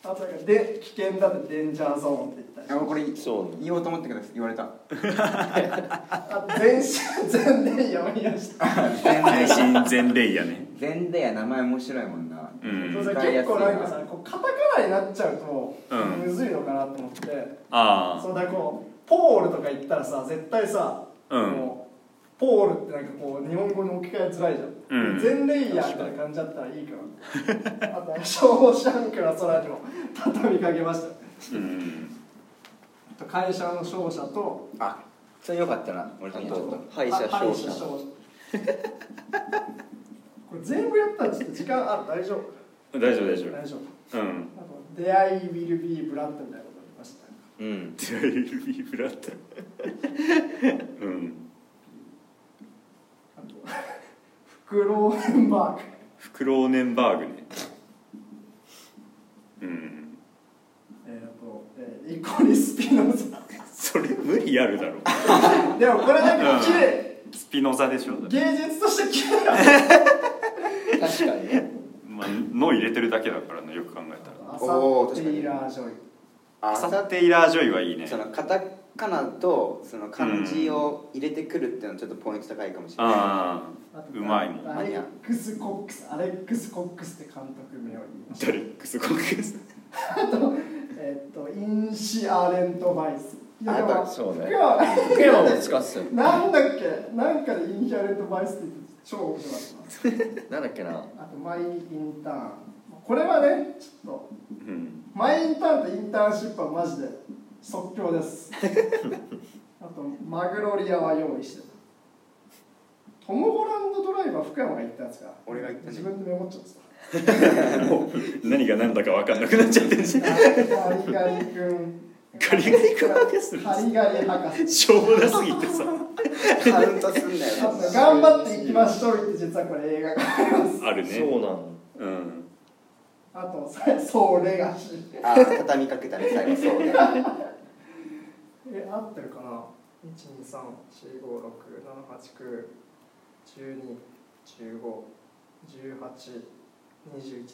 Speaker 1: な
Speaker 3: あとなんかで危険だってデンジャーゾーンって言った
Speaker 2: あ
Speaker 3: り
Speaker 2: これ
Speaker 4: そうね
Speaker 2: 言おうと思ったけど言われた
Speaker 3: あと全身全然やめやした
Speaker 2: 全
Speaker 1: 全
Speaker 2: 然
Speaker 1: 然レイやね
Speaker 2: 全然や名前面白いもんな
Speaker 1: うん
Speaker 3: そうさ
Speaker 2: 使いや
Speaker 3: 結
Speaker 2: す
Speaker 3: 構
Speaker 2: い
Speaker 3: なんかさこうカタカナになっちゃうと
Speaker 1: うん
Speaker 3: むずいのかなと思って、
Speaker 1: あ
Speaker 3: そうだからこうポールとか言ったらさ絶対さ、
Speaker 1: うん
Speaker 3: もうポールってなんかこう日本語に置き換えづらいじゃん、
Speaker 1: うん
Speaker 3: 全レイヤーみたいな感じだったらいいから あとは「ショーシャンクの空にも畳みかけました」
Speaker 1: あうん
Speaker 3: あと会社の勝者と
Speaker 2: あそれよかったな俺たちと
Speaker 3: 敗者勝者これ全部やったらちょっと時間ある大丈夫
Speaker 1: 大丈夫大丈
Speaker 3: 大丈夫
Speaker 1: 夫うん
Speaker 3: あと「出会い will be blood」みたいなことありました
Speaker 2: うん
Speaker 1: デュアルビーブラッドうん
Speaker 3: あと 「フクローデンバーグ」
Speaker 1: フクローネンバーグねうん
Speaker 3: えー、と、えー、イコリスピノザ
Speaker 1: それ無理やるだろ
Speaker 3: でもこれだけど綺麗
Speaker 1: スピノザでしょ
Speaker 3: 芸術として綺麗だ
Speaker 2: 確かにね
Speaker 1: まあの入れてるだけだからねよく考えたら
Speaker 3: ア
Speaker 2: おー
Speaker 3: サ
Speaker 2: 確か
Speaker 3: テ
Speaker 2: に
Speaker 3: イラー・ジョイ
Speaker 2: あ
Speaker 1: アサテイラージョイはいいね
Speaker 2: そのカタカナとその漢字を入れてくるっていうのはちょっとポイント高いかもしれない、
Speaker 1: ああうまいもん
Speaker 3: アレックス・コックスアレックス・コックスって監督名を言いまし
Speaker 1: デレックスコックス
Speaker 3: たあとえっ、とインシアレント・バイスい
Speaker 2: あやっぱ
Speaker 4: そうね
Speaker 3: 福山
Speaker 4: 福山も使ってたよ
Speaker 3: なんだっけなんかでインシアレント・バイスって言って超面白かっ
Speaker 4: なんだっけな
Speaker 3: たあとマイ・インターンこれはねちょっと
Speaker 1: うん
Speaker 3: マイインターンとインターンシップはマジで即興です あとマグロリアは用意してたトム・ホランドドライバー福山が言ったやつか
Speaker 2: 俺が言ったね
Speaker 3: 自分でメモっちゃってた
Speaker 1: もう何が何だか分かんなくなっちゃってるし
Speaker 3: ガリガリ君
Speaker 1: ガリガリ君だけする
Speaker 3: ガリガリ博士
Speaker 1: しょうもなすぎてさ
Speaker 2: カウントすんだ
Speaker 3: あ
Speaker 2: よ、
Speaker 3: と
Speaker 2: ね、
Speaker 3: 頑張っていきましょうって実はこれ映画があります
Speaker 1: あるね
Speaker 4: そうなの
Speaker 1: うん
Speaker 3: あとそれそうレガシー
Speaker 2: あー畳みかけたね最後そうね
Speaker 3: え合ってるかな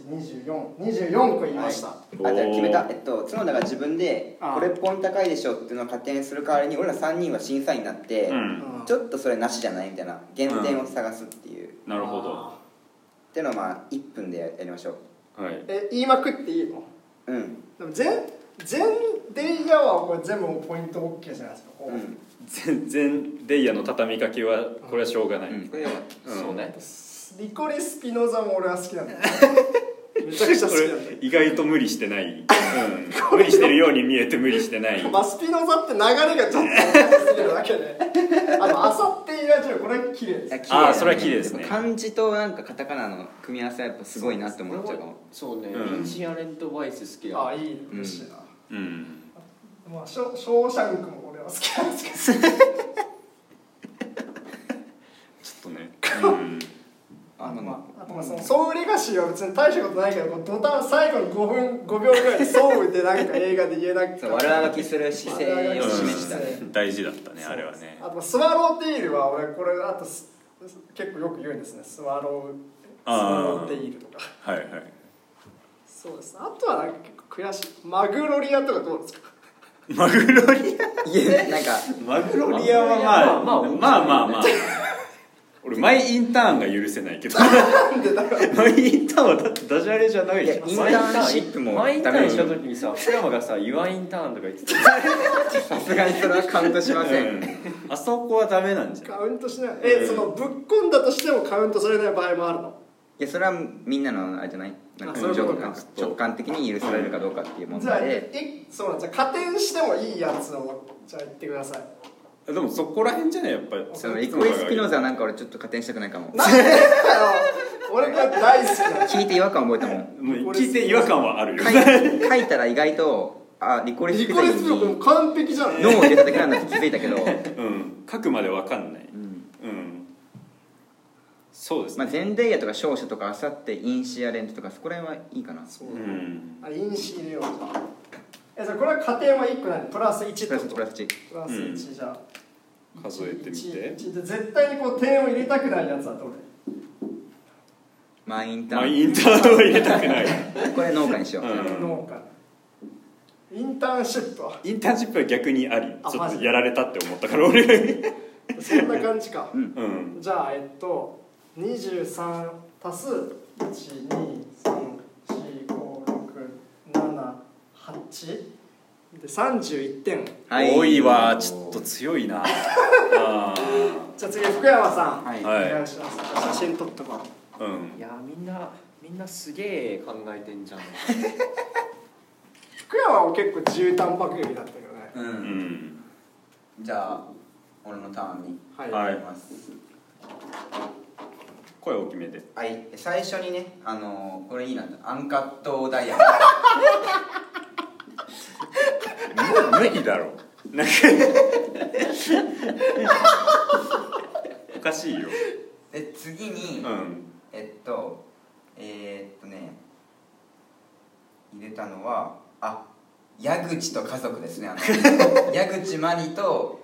Speaker 3: 1234567891011121324個言いました、
Speaker 2: あじゃあ決めたえっと角田が自分で
Speaker 3: あー
Speaker 2: これポイント高いでしょっていうのを加点する代わりに俺ら3人は審査員になって、
Speaker 1: うん
Speaker 3: うん
Speaker 2: ちょっとそれなしじゃないみたいな減点を探すっていう、っ
Speaker 1: なるほど
Speaker 2: ていうのをまあ1分でやりましょ
Speaker 1: はい
Speaker 3: え言いまくっていいの
Speaker 2: ううん
Speaker 3: でも全全デイヤーはこれ全部もうポイント OK じゃないですかこ
Speaker 2: う
Speaker 3: う、
Speaker 2: ん、
Speaker 1: 全然デイヤの畳みかけはこれはしょうがない、
Speaker 2: うん、これよかっ
Speaker 1: うん
Speaker 4: そうね
Speaker 3: リコリスピノザも俺は好きなんだよ めちゃくちゃ好きなんだよ
Speaker 1: 意外と無理してない、うん、無理してるように見えて無理してない
Speaker 3: マスピノザって流れがちょっと同じすぎるだけであのあさっていらっしゃるこれ綺麗 です
Speaker 1: あーそれは綺麗ですね
Speaker 2: 漢字となんかカタカナの組み合わせはやっぱすごいなって思っちゃうかも
Speaker 5: そうね、
Speaker 1: うん
Speaker 5: インシアレント・バイス好きだ
Speaker 3: あいい嬉しいな、
Speaker 1: うん
Speaker 3: まあショショーシャンクも俺は好きなんですけど
Speaker 1: ちょっとね、うん、
Speaker 2: あ
Speaker 3: あ
Speaker 2: の、
Speaker 3: のま
Speaker 2: ま
Speaker 3: ああとまあそのソウレガシーは別に大したことないけどこう途端最後の5分5秒ぐらいでソウでなんか映画で言え なくて
Speaker 2: あ、悪あがきする姿勢を示したね
Speaker 1: うん大事だったねあれはね
Speaker 3: あとスワローテイルは俺これあとす結構よく言うんですねスワロース
Speaker 1: あ
Speaker 3: ワ
Speaker 1: ー
Speaker 3: ローテイルとか
Speaker 1: はいはい
Speaker 3: そうですねあとはなんか結構悔しいマグロリアとかどうですか
Speaker 1: マグロリ
Speaker 2: いやなんか
Speaker 1: アマグロリアはまあ
Speaker 5: マグロリア
Speaker 1: まあまあまあ、俺マイインターンが許せない けどマイインターンはだってダジャレじゃない
Speaker 2: い
Speaker 1: じ
Speaker 2: や
Speaker 1: ゃ
Speaker 2: イ
Speaker 1: ん
Speaker 2: ンターンシップも
Speaker 5: マインタ
Speaker 2: ダ
Speaker 5: ー
Speaker 2: メで
Speaker 5: ンし
Speaker 2: したょ
Speaker 5: 時にさ福山がさ「ユアインターン」とか言ってた
Speaker 2: さすがにそれはカウントしません、
Speaker 1: うんあそこはダメなんじゃ
Speaker 3: カウントしないえ、そのぶっ込んだとしてもカウントされない場合もあるの
Speaker 2: いやそれはみんなのあれじゃないなん
Speaker 3: あ
Speaker 2: か
Speaker 3: そういうことか
Speaker 2: なんか直感的に許されるかどうかっていう問
Speaker 3: じゃあ
Speaker 2: 題
Speaker 3: え
Speaker 2: で
Speaker 3: えそうなんじゃあ加点してもいいやつをじゃあ言ってください
Speaker 1: んでもそこら辺じゃないやっぱり
Speaker 2: そのエコイスピノザはなんか俺ちょっと加点したくないかも
Speaker 3: なんでだよ俺が大好きな
Speaker 2: 聞いて違和感覚えたも ん
Speaker 1: もう聞いて違和感はあるよ
Speaker 2: 書い書いたら意外とあリコリス
Speaker 3: リ
Speaker 2: ピ
Speaker 3: コ
Speaker 2: ザ
Speaker 3: リ
Speaker 2: に
Speaker 3: スピノも完璧じゃん
Speaker 2: 脳を入れただけなんだって気づいたけど、
Speaker 1: うん書くまでわかんない
Speaker 2: うん
Speaker 1: うんそうです
Speaker 2: まあ、
Speaker 1: ね、
Speaker 2: ゼンデイヤとか勝者とかあさってインシアレントとかそこら辺はいいかな
Speaker 3: そう
Speaker 1: うん
Speaker 3: あ因子入れようじゃんえそれこれは加点は1個ないプラス1って
Speaker 2: プラス
Speaker 3: こと
Speaker 2: プラスチ
Speaker 3: プラス
Speaker 1: うん
Speaker 3: 1じゃあ
Speaker 1: 数えてみて
Speaker 3: 1で絶対にこう点を入れたくないやつだと俺
Speaker 2: マインタ
Speaker 1: まあ
Speaker 2: ー
Speaker 1: インターンを入れたくない
Speaker 2: ンこれ農家にしよう、
Speaker 1: うん
Speaker 3: 脳からインターンシップは
Speaker 1: インターンシップは逆にあり
Speaker 3: あ
Speaker 1: ちょ
Speaker 3: マ
Speaker 1: っ
Speaker 3: ジ
Speaker 1: と
Speaker 3: で
Speaker 1: やられたって思ったから俺
Speaker 3: そんな感じか
Speaker 1: うん
Speaker 3: じゃあえっと23足す1234567で31点
Speaker 2: はい
Speaker 1: 多いわちょっと強いなあ
Speaker 3: じゃあ次福山さん、
Speaker 2: はい
Speaker 3: お
Speaker 1: ー
Speaker 3: 願
Speaker 1: はい
Speaker 3: します写真撮ってもらう
Speaker 1: いうん
Speaker 5: いやーみんなみんなすげえ考えてんじゃん
Speaker 3: 福山は結構絨毯パクリだったけどね
Speaker 2: う、
Speaker 1: うんん
Speaker 2: じゃあ俺のターンに
Speaker 3: はい、
Speaker 1: は
Speaker 2: 入
Speaker 1: い
Speaker 2: ります
Speaker 1: 声大きめで
Speaker 2: はい、最初にねあのーこれいいなとアンカットダイヤ
Speaker 1: もう無理だろなんかおかしいよ
Speaker 2: で次
Speaker 1: う
Speaker 2: に、
Speaker 1: ん
Speaker 2: えっとえーっとね入れたのはあ矢口と家族ですねあの矢口真理と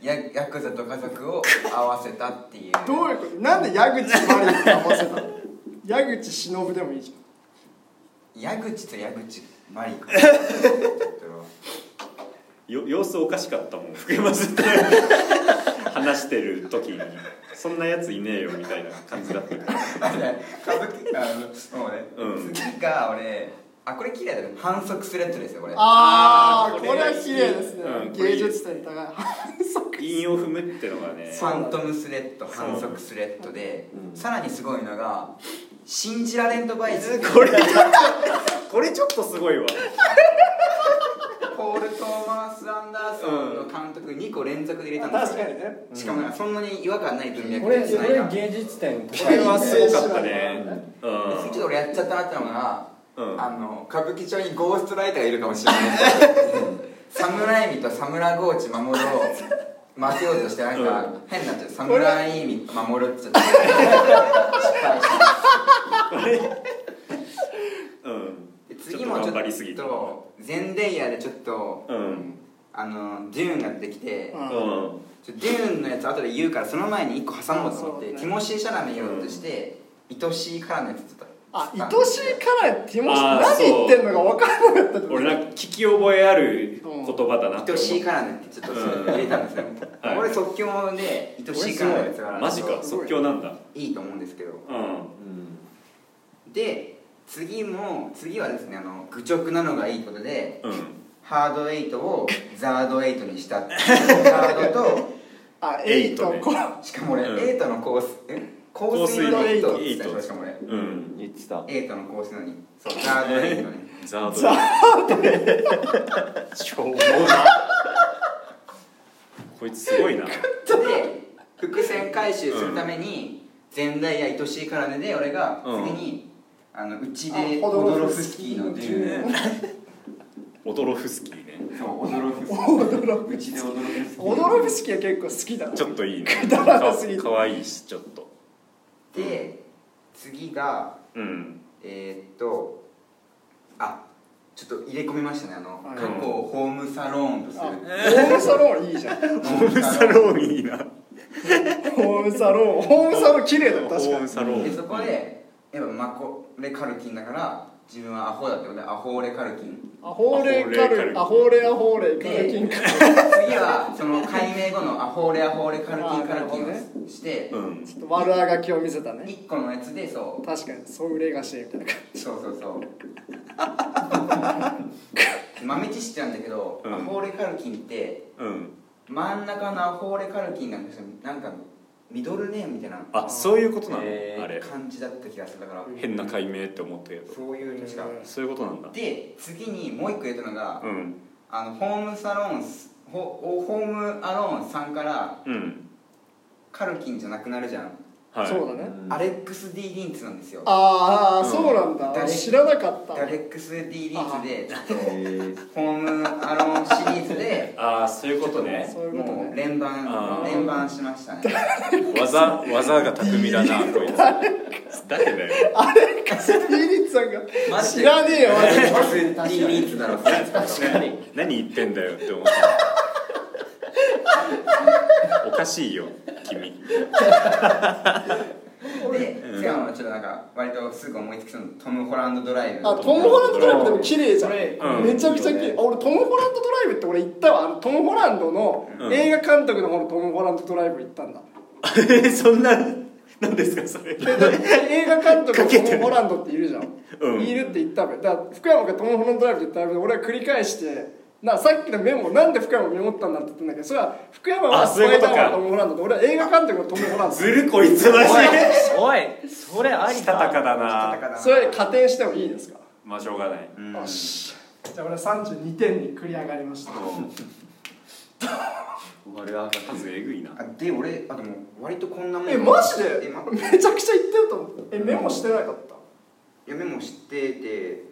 Speaker 2: やヤクザと家族を合わせたっていう
Speaker 3: どういうことなんで矢口真理と合わせ たの矢口忍でもいいじ
Speaker 2: 矢口と矢口真理
Speaker 1: よ様子おかしかったもん福山さんって話してる時にそんなやついねえよみたいな感じだったから
Speaker 2: あれ家族あのもうね、
Speaker 1: うん
Speaker 2: 次が俺あこれ綺麗だね反則スレッドですよこれ
Speaker 3: ゃんああ
Speaker 1: あー
Speaker 3: これは綺麗ですね、
Speaker 1: うん
Speaker 3: 芸術点高いそう
Speaker 1: 韻を踏むってのがね
Speaker 2: ファントムスレッド反則スレッドで、さらにすごいのが信じられんとバイス
Speaker 1: これちょっとこれちょっとすごいわ
Speaker 2: ポール・トーマス・アンダーソンの監督2個連続で入れたんです
Speaker 3: 確
Speaker 2: よ
Speaker 3: かにね
Speaker 2: しかもなんかそんなに違和感ない文脈
Speaker 5: こ
Speaker 2: で
Speaker 5: れ
Speaker 2: つ
Speaker 5: こ
Speaker 2: ない
Speaker 5: れ
Speaker 2: だち
Speaker 5: 芸術点
Speaker 1: これはすごかったねう
Speaker 2: ょっと
Speaker 1: ん
Speaker 2: 俺やっちゃったなってのが、
Speaker 1: うん
Speaker 2: あの歌舞伎町にゴーストライターがいるかも しれないサムライミとサムラゴーチ守るを 負けようとしてなんか変になっちゃうサムライミ守るって言っちゃった
Speaker 1: うん
Speaker 2: で次もち
Speaker 1: ちょっと
Speaker 2: ょ
Speaker 1: 頑張りすぎ
Speaker 2: ったとゼンデイヤーでちょっと、
Speaker 1: うん
Speaker 2: あのデューンが出てきて、
Speaker 3: うん
Speaker 1: うん
Speaker 2: ちょデューンのやつ後で言うからその前に一個挟もうと思って、
Speaker 3: そうね
Speaker 2: ティモシー・シャラメ言おうとして、愛しいからのやつちょっと
Speaker 3: あ愛しいからって言いました
Speaker 1: あー
Speaker 3: 何言ってんのか分からなかったってこと
Speaker 1: 俺なんか聞き覚えある言葉だなって
Speaker 2: 愛しい
Speaker 1: 思
Speaker 2: からねってちょっとそれ入れたんですよ、
Speaker 1: はい
Speaker 2: 俺即興で愛しいからのやつが
Speaker 1: うマジか即興なんだ
Speaker 2: いいと思うんですけど
Speaker 1: うん
Speaker 2: で次も次はですねあの愚直なのがいいことで
Speaker 1: うん
Speaker 2: ハードエイトをザードエイトにした っていうザードと
Speaker 3: あエイト
Speaker 1: エイ
Speaker 3: こ
Speaker 1: トね
Speaker 3: れ
Speaker 2: しかも俺、
Speaker 1: うん
Speaker 2: エイトの構成え香水のエイト
Speaker 1: 香水のエイト
Speaker 2: って言ったでしょこれ
Speaker 1: うん
Speaker 5: 言ってた
Speaker 2: エイトの香水なのにそうガードエイトね
Speaker 1: ザード
Speaker 4: しょうも
Speaker 1: こいつすごいな
Speaker 2: で伏線回収するために前代や愛しいからねで俺が
Speaker 1: うん
Speaker 2: 次にあのうちで
Speaker 3: あ
Speaker 2: オ
Speaker 3: ホドロ
Speaker 2: ドロ
Speaker 3: フス
Speaker 2: フス
Speaker 3: キ
Speaker 2: キ
Speaker 3: ー
Speaker 2: ー
Speaker 3: の
Speaker 2: の
Speaker 3: 銃
Speaker 2: 銃
Speaker 1: オドロフスキーね
Speaker 2: そうオドロフスキーうちでオドロフスキ
Speaker 3: 驚く式
Speaker 2: ー
Speaker 3: は結構好きだな
Speaker 1: ちょっといいね
Speaker 3: だらなすぎて
Speaker 1: かわいいしちょっと
Speaker 2: で次が
Speaker 1: うん
Speaker 2: えー、っとあちょっと入れ込みましたねあの
Speaker 3: はい
Speaker 2: 過去をホームサローンとする
Speaker 3: あホームサローンいいじゃん
Speaker 2: ホーム
Speaker 1: サローンいいな
Speaker 3: ホームサローンホームサローン綺麗だよ
Speaker 1: ホ
Speaker 3: 確か
Speaker 1: ーム
Speaker 3: に
Speaker 1: サローン
Speaker 2: でそこでやっぱマコレカルキンだから自分はアホだってことでアホーレカルキン
Speaker 3: アホーレカルアホーレアホーレカルキンカル
Speaker 2: 次はその解明後のアホーレアホーレカルキンカルキンをして、
Speaker 1: うん
Speaker 3: ちょっと悪あがきを見せたね
Speaker 2: 1個のやつでそ
Speaker 3: 確かにそうレガシーみたいな感
Speaker 2: うそうそうそう豆知識なんだけど、
Speaker 1: うん
Speaker 2: アホーレカルキンって
Speaker 1: うん
Speaker 2: 真ん中のアホーレカルキンなんかなんかミドルネームみたいな
Speaker 1: あそういうことなの
Speaker 5: へー
Speaker 1: あれ
Speaker 2: 感じだった気がするだから
Speaker 1: 変な解明って思ったけど
Speaker 2: そういう確か
Speaker 1: そういうことなんだ
Speaker 2: で次にもう1個入れたのが、
Speaker 1: うん
Speaker 2: あのホームサローンスホホームアローンさんから
Speaker 1: うん
Speaker 2: カルキンじゃなくなるじゃん、
Speaker 1: はい
Speaker 3: そうだね
Speaker 2: アレックス・ D ・リンツなんですよ
Speaker 3: あーあー
Speaker 1: うん
Speaker 3: そうなんだ
Speaker 2: 誰
Speaker 3: 知らなかった
Speaker 2: アレックス・ D ・リンツでちょっとホームアローンシリーズで
Speaker 1: ああそういうことね
Speaker 3: そういうこと
Speaker 2: もう
Speaker 3: ね
Speaker 2: 連番
Speaker 1: あー
Speaker 2: 連番しましたね
Speaker 1: 技技が巧みだなこいつ誰だよ
Speaker 3: リリッツさんが 知らねえよマジで
Speaker 2: アレックス・ D ・リンツだろそれ
Speaker 1: 何言ってんだよって思ったおかしいよ君
Speaker 2: で次はちょっとなんか割とすぐ思いつきそうなトム・ホランド・ドライブ
Speaker 3: あトム・ホランドドライブでも綺麗じゃん、
Speaker 1: うん
Speaker 3: めちゃくちゃ綺麗、あ俺トム・ホランドドライブって俺行ったわあのトム・ホランドの
Speaker 1: うん
Speaker 3: 映画監督の方のトム・ホランドドライブ行ったんだ、
Speaker 1: えそんななんですかそれ
Speaker 3: でだって映画監督のトム・ホランドっているじゃん、
Speaker 1: うん
Speaker 3: いるって言ったべだから福山がトム・ホランドドライブって言ったら俺は繰り返してなさっきのメモなんで福山メモったんだって言ったんだけどそれは福山は
Speaker 1: あ
Speaker 3: ス
Speaker 1: そう
Speaker 3: パ
Speaker 1: いう
Speaker 3: イ
Speaker 1: こと
Speaker 3: ダ
Speaker 1: か
Speaker 3: ーマンのトム・ホランドで俺は映画監督のトム・ホランド
Speaker 1: ずるこいつマジで
Speaker 4: おいそれあり
Speaker 1: したたかだ
Speaker 2: あ
Speaker 1: な
Speaker 3: それ加点してもいいですか、
Speaker 1: まあしょうがない
Speaker 2: うん
Speaker 3: よしじゃあ俺は32点に繰り上がりました
Speaker 1: 俺は数えぐいな
Speaker 2: あで俺あでも割とこんなもん
Speaker 3: えマジで
Speaker 2: えま
Speaker 3: めちゃくちゃ言ってると思うえメモしてなかった
Speaker 2: いやメモしてて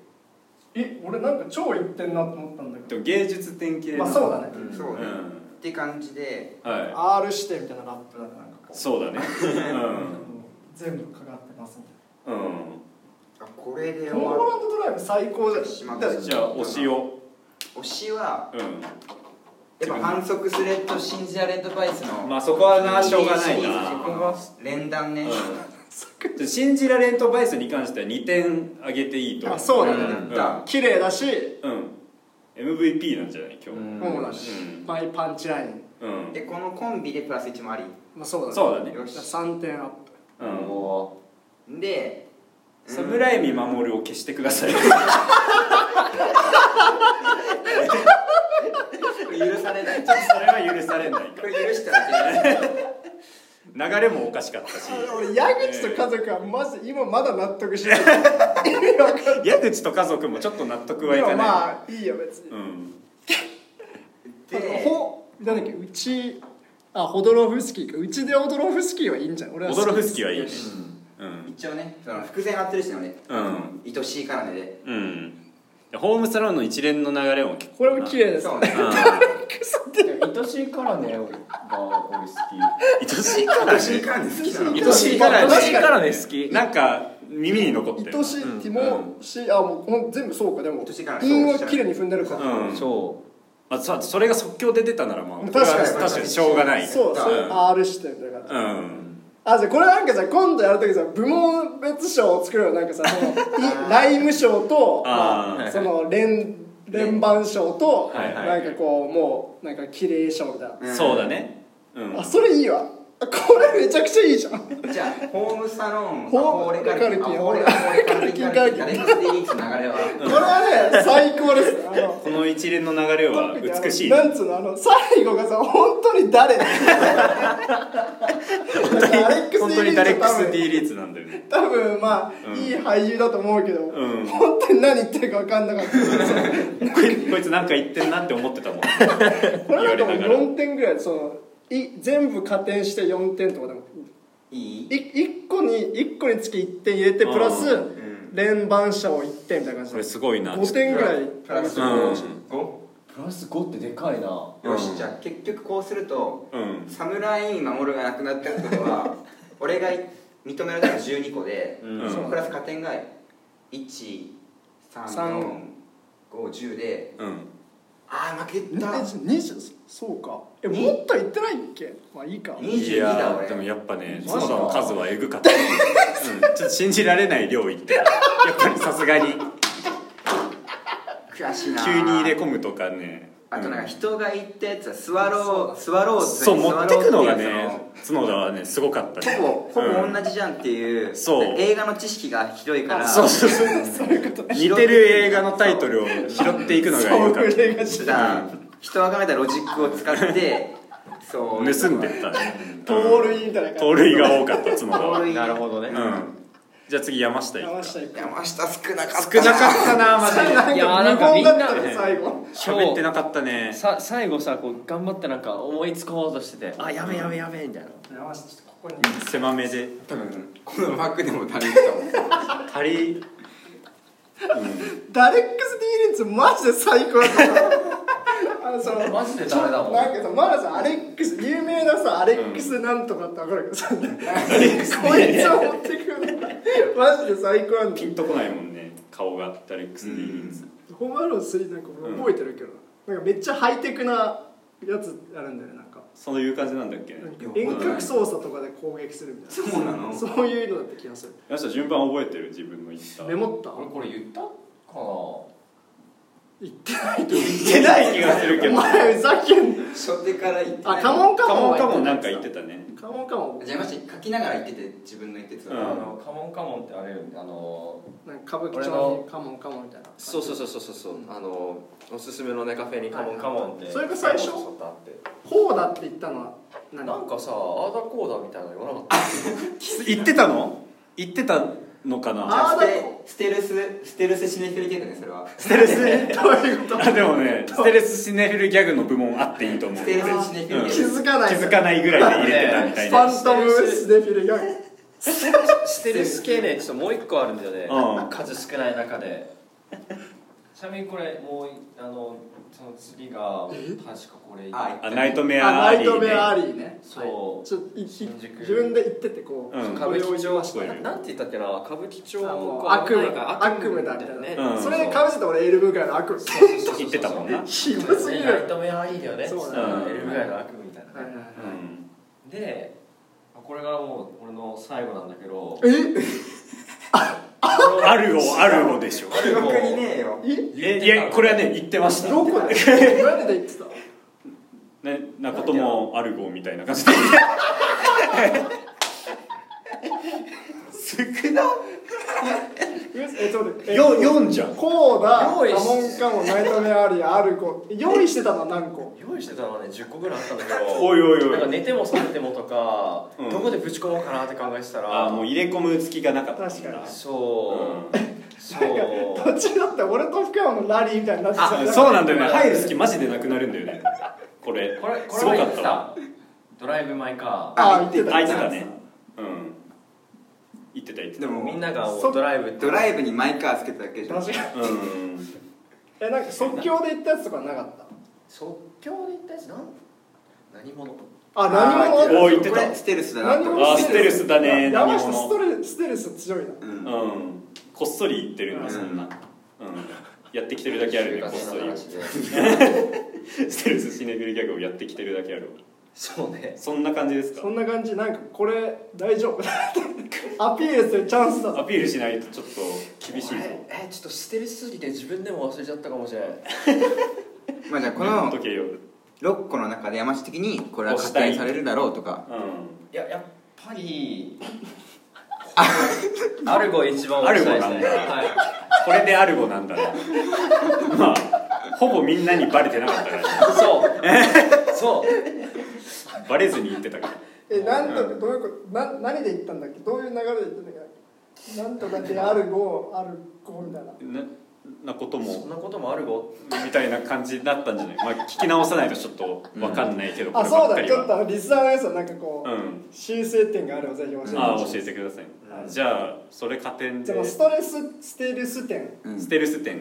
Speaker 3: え俺なんか超言ってんなと思ったんだけ
Speaker 1: でも芸術典型
Speaker 3: ど
Speaker 1: な
Speaker 3: まあそうだね
Speaker 2: そううね、
Speaker 1: ん
Speaker 2: って感じで
Speaker 1: は
Speaker 3: R 指定みたいなラップだねなんか
Speaker 1: い
Speaker 3: こ
Speaker 1: そうだね
Speaker 3: う全部かかってますみ
Speaker 1: うんうん
Speaker 2: あこれで
Speaker 3: たいな
Speaker 2: 終
Speaker 3: トム・
Speaker 2: わ
Speaker 3: ホランドドライブ最高じ
Speaker 2: し
Speaker 3: ゃ
Speaker 2: ま
Speaker 3: ん
Speaker 2: っ
Speaker 3: だ
Speaker 2: た
Speaker 3: って
Speaker 1: じゃあ推しを
Speaker 2: 推しは
Speaker 1: う
Speaker 2: やっぱ反則スレッドシンジアレッドバイスの
Speaker 1: んまあそこはなしょうがない
Speaker 2: シリーズ
Speaker 1: な
Speaker 2: ここは連弾ね、
Speaker 1: うん信じられんとバイスに関しては2点上げていいと
Speaker 3: あそうだね
Speaker 1: うん
Speaker 2: だ
Speaker 3: 綺麗だし
Speaker 1: うん MVP なんじゃない今日
Speaker 3: そうだし
Speaker 1: うん
Speaker 3: マイパンチライン
Speaker 1: うん
Speaker 2: でこのコンビでプラス1もあり
Speaker 3: まあそうだね
Speaker 1: そうだね
Speaker 2: よし
Speaker 3: じゃあ3点アップ
Speaker 1: うん
Speaker 5: も
Speaker 2: で
Speaker 1: 侍海守を消してくだ さい
Speaker 2: これ許されない
Speaker 1: それは許されない
Speaker 2: これ許してはいけない
Speaker 1: 流れもおかしかったし
Speaker 3: 俺矢口と家族はマジ今まだ納得しない意味わかんない
Speaker 1: 矢口と家族もちょっと納得はいか
Speaker 3: で
Speaker 1: ない、
Speaker 3: もまあいいよ別に
Speaker 1: うん
Speaker 2: で
Speaker 3: ほなんだっけうちあホドロフスキーかうちでホドロフスキーはいいんじゃん俺は
Speaker 1: オドロフスキーはいいねうん
Speaker 2: 一応ねその伏線張ってるしね俺
Speaker 1: うん
Speaker 2: 愛しいからねで
Speaker 1: うんホームサロンの一連の流れも結構
Speaker 3: これも綺麗です
Speaker 2: そ
Speaker 3: ね
Speaker 2: うね
Speaker 5: う愛しいからねが俺好き
Speaker 1: 愛しいから
Speaker 2: 愛しい
Speaker 1: ね
Speaker 2: からね好きなの
Speaker 1: 愛しいから
Speaker 4: 愛しい
Speaker 1: ね
Speaker 4: からね好き
Speaker 1: なんか耳に残ってる
Speaker 3: 愛しいティモシーあもうこの全部そうかでも
Speaker 2: 愛しいから
Speaker 3: 韻は
Speaker 2: そう
Speaker 3: 綺麗に踏んでるか
Speaker 1: うん
Speaker 4: そ
Speaker 1: まあ、そそれが即興で出たならまあ
Speaker 3: 確
Speaker 1: 確
Speaker 3: かに
Speaker 1: 確かにしょうがない
Speaker 3: らそうそううん R 視点だから
Speaker 1: うん
Speaker 3: あじゃあこれなんかさ今度やるときさ部門別賞を作るよなんかさその いライム賞と
Speaker 1: あー
Speaker 3: まあその連連番賞と
Speaker 1: はいはい
Speaker 3: なんかこうもうなんか綺麗賞みたいな
Speaker 2: うん
Speaker 1: そうだねうん
Speaker 3: あそれいいわこれめちゃくちゃいいじゃん
Speaker 2: じゃあホームサロン
Speaker 3: ホーム
Speaker 2: あホーレカルキンあホーレ
Speaker 3: カルキン
Speaker 2: ホー レカルキン
Speaker 3: ホーレ
Speaker 2: カ
Speaker 3: カ
Speaker 2: ル
Speaker 3: ル
Speaker 2: キ
Speaker 3: キン
Speaker 2: ンガレッジデリークスの流れは
Speaker 3: これはね最高ですあの
Speaker 1: この一連の流れは美しい
Speaker 3: なんつうのあの最後がさ本当に誰
Speaker 1: 本当にダレックス D
Speaker 3: ー
Speaker 1: リーツなんだよね
Speaker 3: 多分まあ、
Speaker 1: うん
Speaker 3: いい俳優だと思うけど、
Speaker 1: うん
Speaker 3: 本当に何言ってるか分かんなかった
Speaker 1: こい こいつなんか言ってんなって思ってたもん
Speaker 3: こ
Speaker 1: 言わ
Speaker 3: れなん
Speaker 1: れ
Speaker 3: かも
Speaker 1: な
Speaker 3: う
Speaker 1: がら
Speaker 3: 4点ぐらいそのい全部加点して4点とかでも
Speaker 2: いい
Speaker 3: い1個に1個につき1点入れてプラス
Speaker 1: う
Speaker 3: 連番者を1点みたいな
Speaker 1: こ
Speaker 3: 感
Speaker 1: れ
Speaker 3: じ
Speaker 1: すごいな
Speaker 3: 5点ぐらい
Speaker 2: プラス
Speaker 1: うん
Speaker 2: 5
Speaker 5: プラス5ってでかいな
Speaker 2: よしじゃあ結局こうすると
Speaker 1: うん
Speaker 2: 侍に守るがなくなったってこ とは俺が認められたのは12個で、
Speaker 1: うん
Speaker 2: そのプラス加点が13450で
Speaker 1: うん
Speaker 2: ああ負けた
Speaker 3: 二十そうかえ
Speaker 2: に
Speaker 3: もっといってないっけまあいいか
Speaker 1: い
Speaker 2: 22だ
Speaker 1: や
Speaker 2: 俺
Speaker 1: ーでもやっぱね
Speaker 5: マジか
Speaker 1: 妻の数はえぐかった、うん、ちょっと信じられない量いってやっぱりさすがに
Speaker 2: 悔しいな
Speaker 1: 急に入れ込むとかね
Speaker 2: あとなんか
Speaker 1: うん
Speaker 2: 人が言ったやつは座ろう座ろう
Speaker 1: そう持ってくのがね
Speaker 2: ほ
Speaker 1: 角田はねすごかったね
Speaker 2: ぼほ
Speaker 1: うん
Speaker 2: ぼ同じじゃんっていう、
Speaker 1: そう
Speaker 2: 映画の知識がひどいから
Speaker 1: そうそうそう似てる映画のタイトルを拾っていくのがよかっ
Speaker 3: れがし
Speaker 2: だから人が考えたロジックを使ってそう
Speaker 1: た盗んでったね
Speaker 3: 盗塁みたいな
Speaker 1: 盗
Speaker 3: 感
Speaker 1: 塁が多かった角田
Speaker 2: 盗
Speaker 1: は
Speaker 2: 塁
Speaker 4: なるほどね
Speaker 1: う、んじゃあ次山下
Speaker 3: じ
Speaker 1: いく
Speaker 3: 山
Speaker 1: か
Speaker 3: 下行く
Speaker 2: 山下少なかった
Speaker 1: 少なかったなマジで
Speaker 3: なん
Speaker 5: いや
Speaker 3: か
Speaker 5: ーなん
Speaker 3: 無
Speaker 5: かみ
Speaker 3: 言
Speaker 5: んな
Speaker 3: だったね最後
Speaker 1: 喋ってなかったね
Speaker 5: さ最後さこう頑張ってなんか思いつこうとしててあやべやべやべみたいな
Speaker 3: 山下ちょっとここに
Speaker 1: 狭めで
Speaker 2: 多分この枠でも足りると思う
Speaker 1: 足り
Speaker 3: ダレックス・ディーレンツマジで最高だったあのその
Speaker 5: マジでダメだもん
Speaker 3: なんかさまださアレックス有名なさアレックスなんとかって分かるけどさ、 こいつを持ってくるのマジで最高なんだ
Speaker 1: ピンとこないもんね顔がダレックス・ディーリンズ
Speaker 3: ホームアローン3なんか俺覚えてるけど、なんかめっちゃハイテクなやつあるんだよねなんか
Speaker 1: そういう感じなんだっけ
Speaker 3: なんか
Speaker 2: よく
Speaker 3: 遠隔操作とかで攻撃するみたいな
Speaker 2: そうなの
Speaker 3: そういうのだった気がする
Speaker 1: 山下順番覚えてる自分の言った
Speaker 3: メモった
Speaker 5: 俺これ言ったか
Speaker 3: 言ってないと
Speaker 1: 言ってない気がするけ
Speaker 3: お
Speaker 1: どカ
Speaker 3: 前ふざけんな
Speaker 2: 初手から言って
Speaker 3: あカモンカモ
Speaker 1: モ
Speaker 3: ン
Speaker 1: ンカモンなんか言ってたね
Speaker 3: カモンカモン
Speaker 2: じゃあ山下書きながら言ってて自分の言ってた
Speaker 1: うん
Speaker 5: あのカモンカモンってあれよねあの
Speaker 3: なんか歌舞伎町にカモンカモンみたいな
Speaker 4: そうそうそうそうそう、あのおすすめのねカフェにカモンカモンって、
Speaker 3: それが最初
Speaker 4: カモンカモンってあっ
Speaker 3: こうだって言ったのは
Speaker 4: て
Speaker 3: 何
Speaker 4: なんかさあーだこうだみたいなの言わなかっ
Speaker 1: 言ってたの言ってたのかな
Speaker 3: あー
Speaker 2: ステステルスステルスシネフィルギャグねそれは
Speaker 1: ステルス
Speaker 3: どういうこと
Speaker 1: あでもね ステルスシネフィルギャグの部門あっていいと思う
Speaker 2: ス
Speaker 1: 気
Speaker 2: テルスシネフィルギャグ
Speaker 3: 気づかない
Speaker 1: づかないぐらいで入れてたみたい
Speaker 3: ファ
Speaker 1: な
Speaker 3: ントムスネフィルが
Speaker 5: たしてるスケールちょっともう一個あるんだよね、
Speaker 1: うん
Speaker 5: 数少ない中でちなみにこれもういあのその次が確かこれ
Speaker 2: あ
Speaker 1: あナイトメア
Speaker 3: ナ
Speaker 1: ア
Speaker 3: イ
Speaker 1: リ
Speaker 3: ト
Speaker 1: ー
Speaker 3: メアア
Speaker 1: ね
Speaker 3: リーね
Speaker 5: そう
Speaker 3: はいちょっといい
Speaker 5: 新宿
Speaker 3: 自分で言っててこう、
Speaker 1: うん
Speaker 3: これを言いまし
Speaker 1: こ
Speaker 3: た
Speaker 1: れ
Speaker 4: たななんて言ったっけな歌舞伎町
Speaker 3: あもう
Speaker 4: か
Speaker 3: 悪夢
Speaker 4: なんか
Speaker 3: 悪夢だみたいなね、
Speaker 1: うん
Speaker 3: それでかぶせて俺エルブーガイの悪夢
Speaker 1: 言ってたもんな
Speaker 3: ひどすぎる
Speaker 5: ライトメアいいよね
Speaker 3: そう
Speaker 1: だね
Speaker 5: エルフガイの悪夢みたい
Speaker 3: は
Speaker 5: な、
Speaker 3: いはいは
Speaker 1: うん
Speaker 5: でこれがもう俺の最後なんだけど
Speaker 3: いえ
Speaker 1: あるをあるをで しょ
Speaker 2: 記憶にねえよ
Speaker 1: えいやこれは ね言ってました
Speaker 3: どこで何で言ってた
Speaker 1: ねなこともあるごみたいな感じで少な
Speaker 3: えちょっと待ってえ
Speaker 1: よ4じゃん
Speaker 3: こうだ
Speaker 5: 用意し
Speaker 3: カモンカモンナイトメアアリーアルコ用意してたのは何個
Speaker 5: 用意してたのはね10個ぐらいあったんだけ ど
Speaker 1: おいおいおい
Speaker 5: なんか寝ても覚めてもとか、
Speaker 1: うん
Speaker 5: どこでぶち込もうかなって考えてたら
Speaker 1: あーもう入れ込む隙がなかった
Speaker 3: 確かに
Speaker 5: そう、そう
Speaker 3: 途中だって俺と福山のラリーみたいになって
Speaker 1: あそうなんだよね入る隙マジでなくなるんだよねこれ
Speaker 5: これこ
Speaker 1: す
Speaker 5: れ
Speaker 1: ごか
Speaker 5: は言っ
Speaker 1: ってたわ
Speaker 5: たドライブ・マイ・カ
Speaker 3: あ言ってた
Speaker 1: あ言ってたねうん言ってた言ってた
Speaker 2: で
Speaker 5: ー
Speaker 2: も
Speaker 5: みんながもう
Speaker 3: そ
Speaker 5: ドライブって
Speaker 2: ドライブにマイカーつけただけじゃん
Speaker 3: 確かに
Speaker 1: うん
Speaker 3: えなんか即興で言ったやつとかなかった
Speaker 5: 即興で言ったやつなん何者
Speaker 3: あ何
Speaker 1: あー
Speaker 3: も
Speaker 1: おい言ってた
Speaker 2: これステルスだな
Speaker 3: 何
Speaker 2: と
Speaker 3: も
Speaker 1: あーステルスだね
Speaker 3: 山
Speaker 1: 何
Speaker 3: 下
Speaker 1: も
Speaker 3: ストレステルス強いな
Speaker 2: うん
Speaker 1: うんこっそり言ってるんだそんなうんやってきてるだけあるねこっそりステルスシネフィルギャグをやってきてるだけある
Speaker 5: そうね
Speaker 1: そんな感じですか
Speaker 3: そんな感じなんかこれ大丈夫 アピールするチャンスだ
Speaker 1: ア
Speaker 3: ぞ
Speaker 1: ピールしないとちょっと厳しいぞ
Speaker 5: ええちょっと捨てるすぎて自分でも忘れちゃったかもしれない
Speaker 2: まあじゃあこ
Speaker 1: メモっ
Speaker 2: の
Speaker 1: とけよ
Speaker 2: 6個の中で山下的にこれは確定されるだろうとか
Speaker 5: いややっ ぱりアルゴ一番面白いですね
Speaker 1: アルゴなんだ
Speaker 5: はい
Speaker 1: これでアルゴなんだなまあほぼみんなにバレてなかったから
Speaker 5: そうそう
Speaker 1: バレずに言ってたから
Speaker 3: えなんとかどういうことな何で言ったんだっけどういう流れで言ったんだっけなんとかであるゴあるゴみたいな
Speaker 1: ななこと
Speaker 5: そ
Speaker 1: も
Speaker 5: んなこともアルゴ
Speaker 1: みたいな感じだったんじゃないまあ聞き直さないとちょっとわかんないけど、こ
Speaker 3: あ
Speaker 1: れば
Speaker 3: そ
Speaker 1: っ
Speaker 3: う
Speaker 1: か
Speaker 3: だ
Speaker 1: り
Speaker 3: ちょっ
Speaker 1: は
Speaker 3: とリスナーのやつはなんかこう、
Speaker 1: うん
Speaker 3: 修正点があればぜひ教えてほしい
Speaker 1: ああ教えてください、じゃあそれ加点
Speaker 3: じ
Speaker 1: で
Speaker 3: ゃあもうストレスステルス点、
Speaker 2: うん
Speaker 1: ステルス点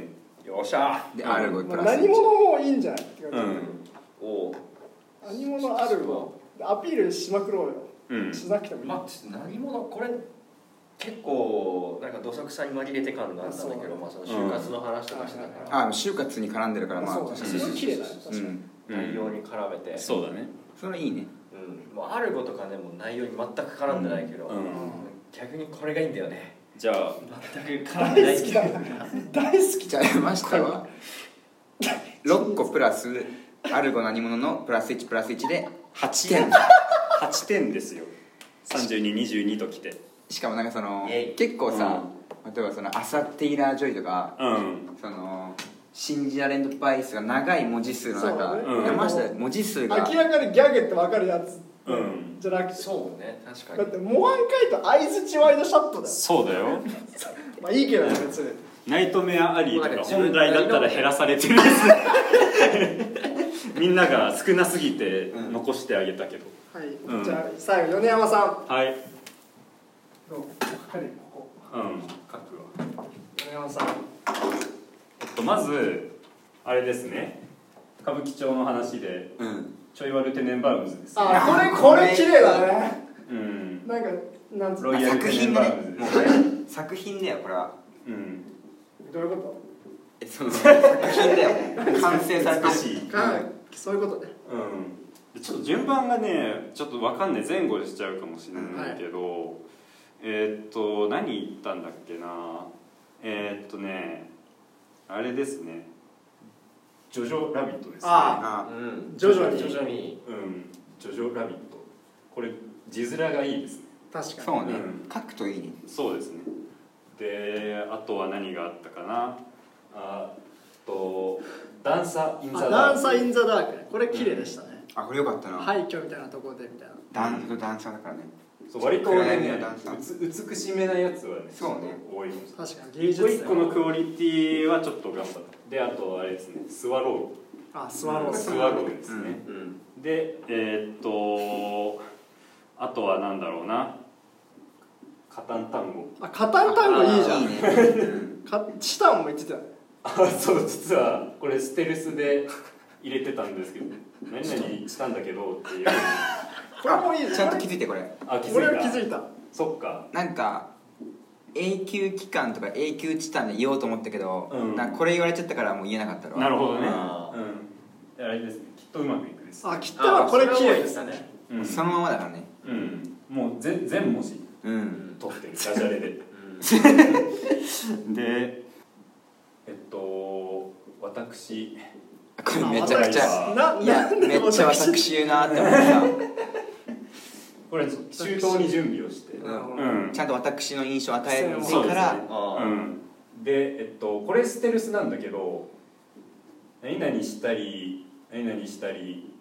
Speaker 5: よっしゃ
Speaker 2: でアルゴプ
Speaker 3: まあ、
Speaker 2: ラス
Speaker 3: 何者もいいんじゃないって感じ、
Speaker 1: うん
Speaker 5: おう
Speaker 3: 何者あるゴアピールしまくろうよ、
Speaker 1: うん
Speaker 3: しなくてもいい、
Speaker 5: まあちょっと何者これ結構なんか土足さに紛れて感があったんだけどまあその就活の話とかしてたか
Speaker 2: あ
Speaker 5: ら、
Speaker 2: 就活に絡んでるからまあ
Speaker 3: そうだねすごい綺麗だね確
Speaker 2: う
Speaker 3: かに、
Speaker 2: ん
Speaker 1: うん
Speaker 5: 内容に絡めて、
Speaker 1: そうだね
Speaker 2: それいいね
Speaker 5: うん、もうアルゴとかねもう内容に全く絡んでないけど、
Speaker 1: うんうん
Speaker 5: 逆にこれがいいんだよね
Speaker 1: じゃあ
Speaker 5: 全く絡んでな
Speaker 3: 大
Speaker 5: い
Speaker 3: 好きだな大好き
Speaker 2: じゃあ山下は6個プラスアルゴ何者のプラス1プラス1で
Speaker 1: 8
Speaker 2: 点
Speaker 1: 8点ですよ3222ときて
Speaker 2: しかもなんかその
Speaker 5: イェイ
Speaker 2: 結構さ、例えばそのアサ・テイラー・ジョイとか
Speaker 1: うん
Speaker 2: その信じられんバイスが長い文字数の中、
Speaker 3: そう
Speaker 1: だねうん
Speaker 2: 山下文字数
Speaker 3: 明
Speaker 2: が
Speaker 3: らかにギャグって分かるやつ、
Speaker 1: うん
Speaker 3: じゃなくて
Speaker 5: そうね確か
Speaker 3: だっ
Speaker 5: に
Speaker 3: て模範解答相づちワイドシャットだよ
Speaker 1: そうだよ
Speaker 3: まあいいけどね別に
Speaker 1: ナイトメアアリーと
Speaker 5: ま
Speaker 1: か
Speaker 5: あ
Speaker 1: 本来だったら減らされてるやつみんなが少なすぎて残してあげたけど、
Speaker 3: はい、
Speaker 1: うん
Speaker 3: じゃあ最後米山さん
Speaker 1: はい
Speaker 3: どう彼ここ
Speaker 1: うん書くわ
Speaker 3: 米山さん
Speaker 1: えっとまずあれですね歌舞伎町の話で
Speaker 2: うん
Speaker 1: ちょいワルテネンバウムズです、ね、
Speaker 3: あこれこれ綺麗だね
Speaker 1: うん
Speaker 3: なんかなんつう
Speaker 1: ロイヤル
Speaker 2: 作
Speaker 1: テネ
Speaker 2: 品
Speaker 1: ンバ
Speaker 2: だ
Speaker 1: ウ
Speaker 2: ね
Speaker 1: ムズで
Speaker 2: もう
Speaker 1: す、
Speaker 2: あれ作品だよこれは
Speaker 1: うん、
Speaker 3: どういうこ
Speaker 2: えその作品 だよ完成された
Speaker 1: 美しい
Speaker 3: とか、そういうことね
Speaker 1: うん、ちょっと順番がねちょっとわかんない前後しちゃうかもしれないけど、えーっと何言ったんだっけなえーっとねあれですね「ジョジョラビット」ですね
Speaker 3: あ
Speaker 2: あ
Speaker 5: うん
Speaker 3: 徐々に
Speaker 5: 徐々に
Speaker 1: うん「ジョジョラビット」これ字面がいいですね
Speaker 3: 確かに
Speaker 2: そうね、
Speaker 1: うん
Speaker 2: 書くといいね
Speaker 1: そうですねであとは何があったかなあと「ダンサー・イン・ザ・
Speaker 3: あ
Speaker 1: ダ
Speaker 3: ダ
Speaker 1: ー
Speaker 3: ン
Speaker 1: ク
Speaker 3: サーインザダークねこれ綺麗でしたね、
Speaker 2: あこれよかったな、
Speaker 3: 廃墟みたいなところでみたいな
Speaker 2: ダン段差だからね
Speaker 1: そう割と
Speaker 2: 暗
Speaker 1: ね
Speaker 2: 闇のダンサー
Speaker 1: うつ美しめなやつはね
Speaker 2: そうね
Speaker 1: 多いもん
Speaker 3: 確かに芸
Speaker 1: 一
Speaker 3: 術
Speaker 1: 個
Speaker 3: だよ
Speaker 1: 一個のクオリティはちょっと頑張ったであとあれですねスワロ
Speaker 3: あスワロ
Speaker 1: ー
Speaker 3: ー
Speaker 1: ス
Speaker 3: ズ
Speaker 1: ワローですね、
Speaker 5: うん
Speaker 1: でえーっとあとはなんだろうなカタン単語
Speaker 3: あカタン単語いいじゃ
Speaker 2: いい
Speaker 3: ん
Speaker 2: ね、
Speaker 3: かチタンも言ってたよね
Speaker 1: あそう実はこれステルスで入れてたんですけど 何々したんだけど っていう
Speaker 3: これもいい
Speaker 2: うん、
Speaker 3: じ
Speaker 2: ちゃ
Speaker 3: ゃ
Speaker 2: ん
Speaker 3: ん
Speaker 2: と気づいてこれ
Speaker 1: あ気
Speaker 3: 俺は気
Speaker 1: づ
Speaker 3: づ
Speaker 1: い
Speaker 3: いた
Speaker 1: たそっか
Speaker 2: なんか永久期間とか永久チタンで言おうと思ったけど、
Speaker 1: うん
Speaker 2: なんかこれ言われちゃったからもう言えなかった
Speaker 1: なるほどね
Speaker 5: あ
Speaker 1: うんあれですねきっとうまくいくです
Speaker 3: あ切ったらこれ綺麗ですね
Speaker 5: ね
Speaker 1: うん
Speaker 2: そのままだからね
Speaker 1: うんもう全全文字
Speaker 2: うん
Speaker 1: 取ってるダジャレ で
Speaker 5: うん
Speaker 1: でえっと私
Speaker 2: これめちゃくちゃ
Speaker 3: ない
Speaker 2: や
Speaker 3: なん
Speaker 2: め
Speaker 3: で
Speaker 2: っちゃ
Speaker 3: 私
Speaker 2: 私言うなって思ってさ、
Speaker 1: これ周到に準備をして
Speaker 3: なるほど
Speaker 1: うん
Speaker 2: ちゃんと私の印象を与えて
Speaker 1: そう
Speaker 2: か
Speaker 1: です
Speaker 2: ら、
Speaker 1: ね
Speaker 5: あ
Speaker 1: う
Speaker 5: あ
Speaker 1: んでえっとこれステルスなんだけど何々したり何々したり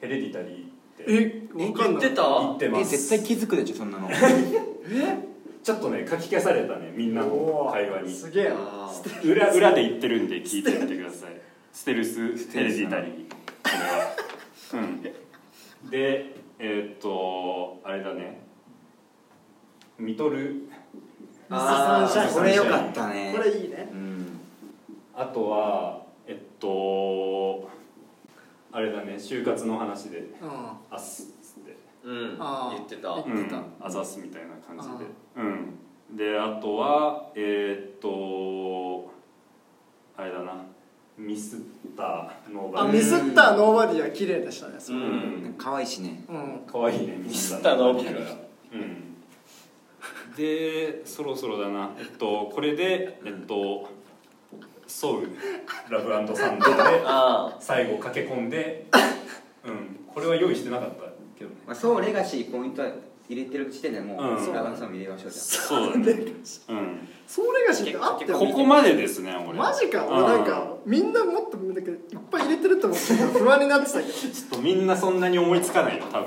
Speaker 1: ヘレディタリーって
Speaker 3: えわかんない
Speaker 5: 言ってた
Speaker 1: 言ってま
Speaker 2: え
Speaker 1: す
Speaker 2: 絶対気づくでしょそん なの
Speaker 1: ちょっとね書き消されたねみんな
Speaker 3: お
Speaker 1: の
Speaker 3: ー
Speaker 1: 会話に
Speaker 3: すげえな
Speaker 5: ああ
Speaker 1: 裏裏で言ってるんで聞いてみてくださいステルスヘレディタリーこれはうんでえーっとあれだねミトル
Speaker 5: あ
Speaker 3: ミスサンシャイン
Speaker 2: これよかったね
Speaker 3: これいいね
Speaker 2: うん
Speaker 1: あとはえっとあれだね就活の話で
Speaker 3: うん
Speaker 1: 「あす」っつって
Speaker 5: うん
Speaker 3: ああ
Speaker 5: 言って た
Speaker 3: え
Speaker 1: うん
Speaker 3: なんか
Speaker 1: 「あざす」みたいな感じでうんであとはえーっとあれだなミスったノー
Speaker 3: あ
Speaker 1: バ
Speaker 3: ミ
Speaker 1: リ
Speaker 3: スったノーバディは綺麗でしたねそれ
Speaker 1: う
Speaker 2: なん
Speaker 1: ん
Speaker 2: か可愛いしね
Speaker 3: うん
Speaker 1: 可愛いねミスった
Speaker 5: ミスったノーバ
Speaker 1: うんでそろそろだなえっとこれでえっとソウルラブサン ドで
Speaker 5: あ
Speaker 1: 最後駆け込ん で、うん、これは用意してなかったけどね
Speaker 2: まあ、そうレガシーポイント入れてる時点でもう、
Speaker 1: うん
Speaker 2: ラバンさんも入れましょうじゃ
Speaker 1: そうだね、うん、
Speaker 3: ソウレガシーってあったよ
Speaker 1: こ
Speaker 3: ね
Speaker 1: こまでですね俺
Speaker 3: マジか
Speaker 1: うん
Speaker 3: 俺なんかみんなもっとなんかいっぱい入れてると思って不安になってたけど
Speaker 1: ちょっとみんなそんなに思いつかないよ多分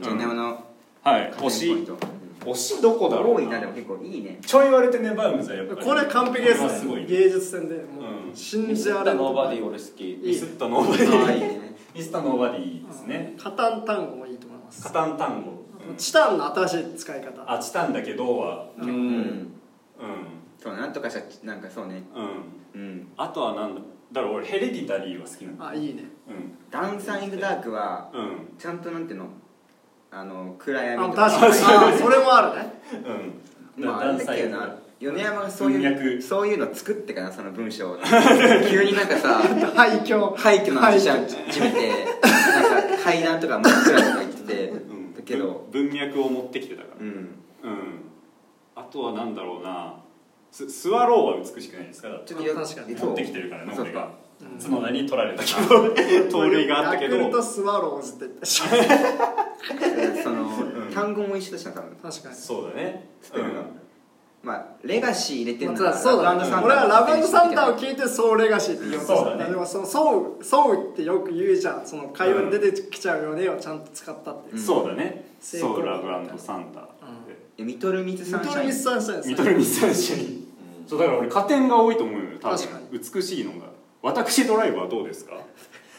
Speaker 2: あじゃあ根尾の
Speaker 1: はい
Speaker 2: 加
Speaker 1: 推
Speaker 2: 点ポイン
Speaker 1: し推
Speaker 2: ト
Speaker 1: しどこだろう
Speaker 2: 多いなでも結構いいね
Speaker 1: ちょい言われてねバウムズはやっぱり
Speaker 3: これ完璧です
Speaker 1: こ
Speaker 3: ね
Speaker 1: れはすごい
Speaker 3: 芸術戦でも
Speaker 1: う
Speaker 3: うん信
Speaker 5: ミ
Speaker 3: じ
Speaker 5: ス
Speaker 3: ら
Speaker 5: っ
Speaker 3: れ
Speaker 5: た
Speaker 3: る
Speaker 5: ノーバディ俺好き
Speaker 1: ミスったノーバデ
Speaker 2: ああいい
Speaker 1: ィ
Speaker 2: ね
Speaker 1: ミスったノーバディですね
Speaker 3: カタン単語もいいと思います
Speaker 1: カタン単語
Speaker 3: チタンの新しい使い方
Speaker 1: あちたんだけどは
Speaker 5: う
Speaker 2: うんん
Speaker 1: うん
Speaker 2: そうなんとかしたなんかそうね
Speaker 1: うん
Speaker 2: うん
Speaker 1: あとはなんだだから俺ヘレディタリーは好きなの
Speaker 3: あいいね
Speaker 1: う
Speaker 2: ダウンサインドダークは
Speaker 1: んうん
Speaker 2: ちゃんとなんていうのあの暗
Speaker 3: あ確
Speaker 2: 闇とか
Speaker 3: かにあそれもあるね
Speaker 1: うん
Speaker 2: まあ、あれだけどな米山がそう
Speaker 1: 文
Speaker 2: いう
Speaker 1: 脈
Speaker 2: そういうの作ってかなその文章 を急になんかさ
Speaker 3: 廃墟
Speaker 2: 廃墟の話し始め てなんか階段とか真っ暗とか言ってて
Speaker 1: うん
Speaker 2: だけど
Speaker 1: 文文脈を持ってきてたか
Speaker 2: うん
Speaker 1: らうんあとはなんだろうなススワローは美しくないですかだって
Speaker 2: ちょっとよ
Speaker 3: 確かに
Speaker 2: そう
Speaker 1: 持ってきてるからね
Speaker 2: そう
Speaker 1: 俺が
Speaker 3: うん
Speaker 1: 角田に取られたけ ど盗塁があったけど
Speaker 3: ヤクルトスワローズって言ったし
Speaker 2: その
Speaker 1: ん
Speaker 2: 単語も一緒でした多分
Speaker 3: 確かに
Speaker 1: そうだね
Speaker 2: スペルがまあレガシー入れてる
Speaker 3: まあ
Speaker 2: んだ
Speaker 3: ただそうだ
Speaker 2: ラブ
Speaker 3: ね
Speaker 2: サンダー
Speaker 3: 俺はラブサンダーを聞いてソウルレガシーって言おうとし
Speaker 1: そう
Speaker 3: た
Speaker 1: だね
Speaker 3: でもそのソウソウってよく言うじゃんその会話に出てきちゃうよねをちゃんと使ったっていう
Speaker 1: うんそうだねそ
Speaker 3: 成功
Speaker 1: うラブサンダー
Speaker 2: えミトルミツ
Speaker 3: ミ
Speaker 2: サンシ
Speaker 3: ト
Speaker 2: ャ
Speaker 3: ル
Speaker 2: イ
Speaker 3: ミ
Speaker 2: ン
Speaker 3: スサンシャインです
Speaker 1: ミ
Speaker 3: ね
Speaker 1: トルミスサンシャインそうだから俺加点が多いと思うのよ多
Speaker 3: 確か
Speaker 1: 分美しいのが私ドライバーはどうですか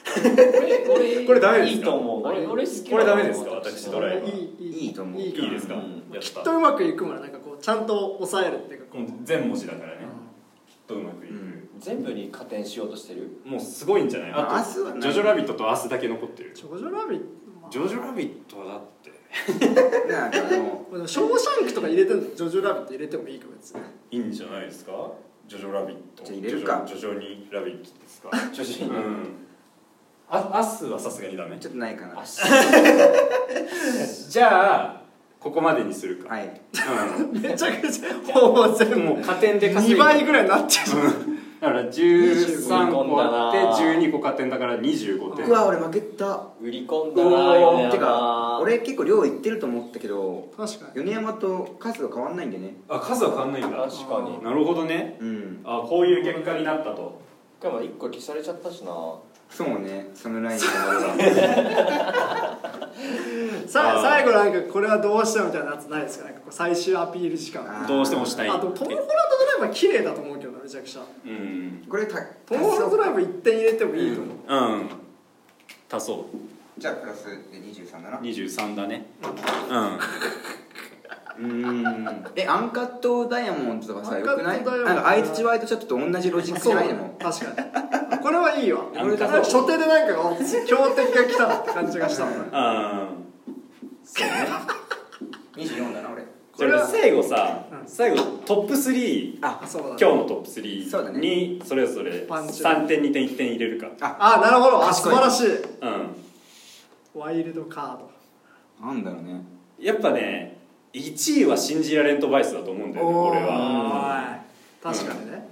Speaker 5: 俺俺
Speaker 1: これダメですか
Speaker 5: いいと思う俺俺好きだ
Speaker 1: これダメですか私ドライバー
Speaker 3: いいいい
Speaker 2: いいと思う
Speaker 3: いいか
Speaker 1: いいですか
Speaker 5: う
Speaker 1: や
Speaker 5: ん
Speaker 1: っ
Speaker 3: きったとうまくいくもんねなんかこうちゃんと抑えるっていうかこ
Speaker 1: この全文字だからね
Speaker 3: う、
Speaker 1: きっとうまくいく、
Speaker 2: うん
Speaker 5: 全部に加点しようとして る
Speaker 1: もうすごいんじゃない
Speaker 2: まあ
Speaker 1: あ
Speaker 2: 明日は
Speaker 1: と「
Speaker 2: ない
Speaker 1: ジョジョラビット」と「アスだけ残ってる
Speaker 3: ジョジョラビットまあ
Speaker 1: ジョジョラビットはだって
Speaker 2: なんかも
Speaker 3: でもショーシャンクとか入れてんのジョジョラビット入れてもいいか別に
Speaker 1: いいんじゃないですかジョジョラビット
Speaker 2: じゃあ入れるか
Speaker 1: ジョジョジョにラビットです か
Speaker 5: 女子
Speaker 1: う
Speaker 5: に
Speaker 1: んあアスはさすがにダメ
Speaker 2: うちょっとないかなは
Speaker 1: じゃあここまでにするか、
Speaker 2: い
Speaker 1: うん
Speaker 3: めちゃくちゃほぼ全
Speaker 1: でも
Speaker 3: 部
Speaker 1: う加点で稼
Speaker 3: 2
Speaker 1: いで
Speaker 3: 倍ぐらいになっちゃう
Speaker 1: だから13
Speaker 5: 25
Speaker 1: 個あって12個加点だから25点
Speaker 2: うわ俺負けた
Speaker 5: 売り込んだ
Speaker 2: う
Speaker 5: な
Speaker 2: お
Speaker 5: 米
Speaker 2: ーてか
Speaker 5: 山
Speaker 2: 俺結構量いってると思ったけど
Speaker 3: 確かに
Speaker 2: 米山と数は変わんないんでね
Speaker 1: あ数は変わんないんだ
Speaker 5: 確かに
Speaker 1: なるほどね
Speaker 2: うん
Speaker 1: あこういう結果になったと
Speaker 5: でも一個消されちゃったしな
Speaker 2: そうね侍に変わ
Speaker 3: さ
Speaker 1: あー
Speaker 3: 最後なんかこれはどうしたみたいなやつないですかなんかこう最終アピール時間
Speaker 2: あ
Speaker 3: あ
Speaker 1: どうしてもしたい
Speaker 3: とトム・ホランドドライバー綺麗だと思うけどなめちゃくちゃ
Speaker 1: うん
Speaker 2: これた
Speaker 3: トム・ホランドドライバ
Speaker 2: 足そう
Speaker 3: ー1点入れてもいいと思う、
Speaker 1: うん足そ
Speaker 2: じゃあプラスで23だな
Speaker 1: う23だねうん
Speaker 2: うーんえアンカットダイヤモンドとかさ
Speaker 3: アン
Speaker 2: よ
Speaker 3: カット
Speaker 2: くない
Speaker 3: ダイヤモン
Speaker 2: な
Speaker 3: ド
Speaker 2: んか相槌ワイトショットと同じロジックじ
Speaker 3: そう
Speaker 2: ゃ
Speaker 3: だ
Speaker 2: ない
Speaker 3: ね
Speaker 2: でも
Speaker 3: 確かにこれはいいわ
Speaker 1: な
Speaker 3: な
Speaker 1: んか
Speaker 3: んか初手でなんかお強敵が来たなって感じがしたもん
Speaker 1: あそうね
Speaker 2: 24だな俺
Speaker 1: これ最後さ最後トップ3
Speaker 2: あ
Speaker 3: そうだ、ね、
Speaker 1: 今日のトップ
Speaker 2: そうだ
Speaker 1: 3
Speaker 2: ね
Speaker 1: にそれぞれ
Speaker 3: パンチ
Speaker 1: 3点2点1点入れるか
Speaker 3: あなるほどあ素
Speaker 2: 賢い
Speaker 3: 晴らしい
Speaker 1: うん
Speaker 3: ワイルドカード
Speaker 2: なんだろうね
Speaker 1: やっぱね1位は信じられんとバイスだと思うんだよね
Speaker 3: おー
Speaker 1: 俺は
Speaker 3: 確かにね、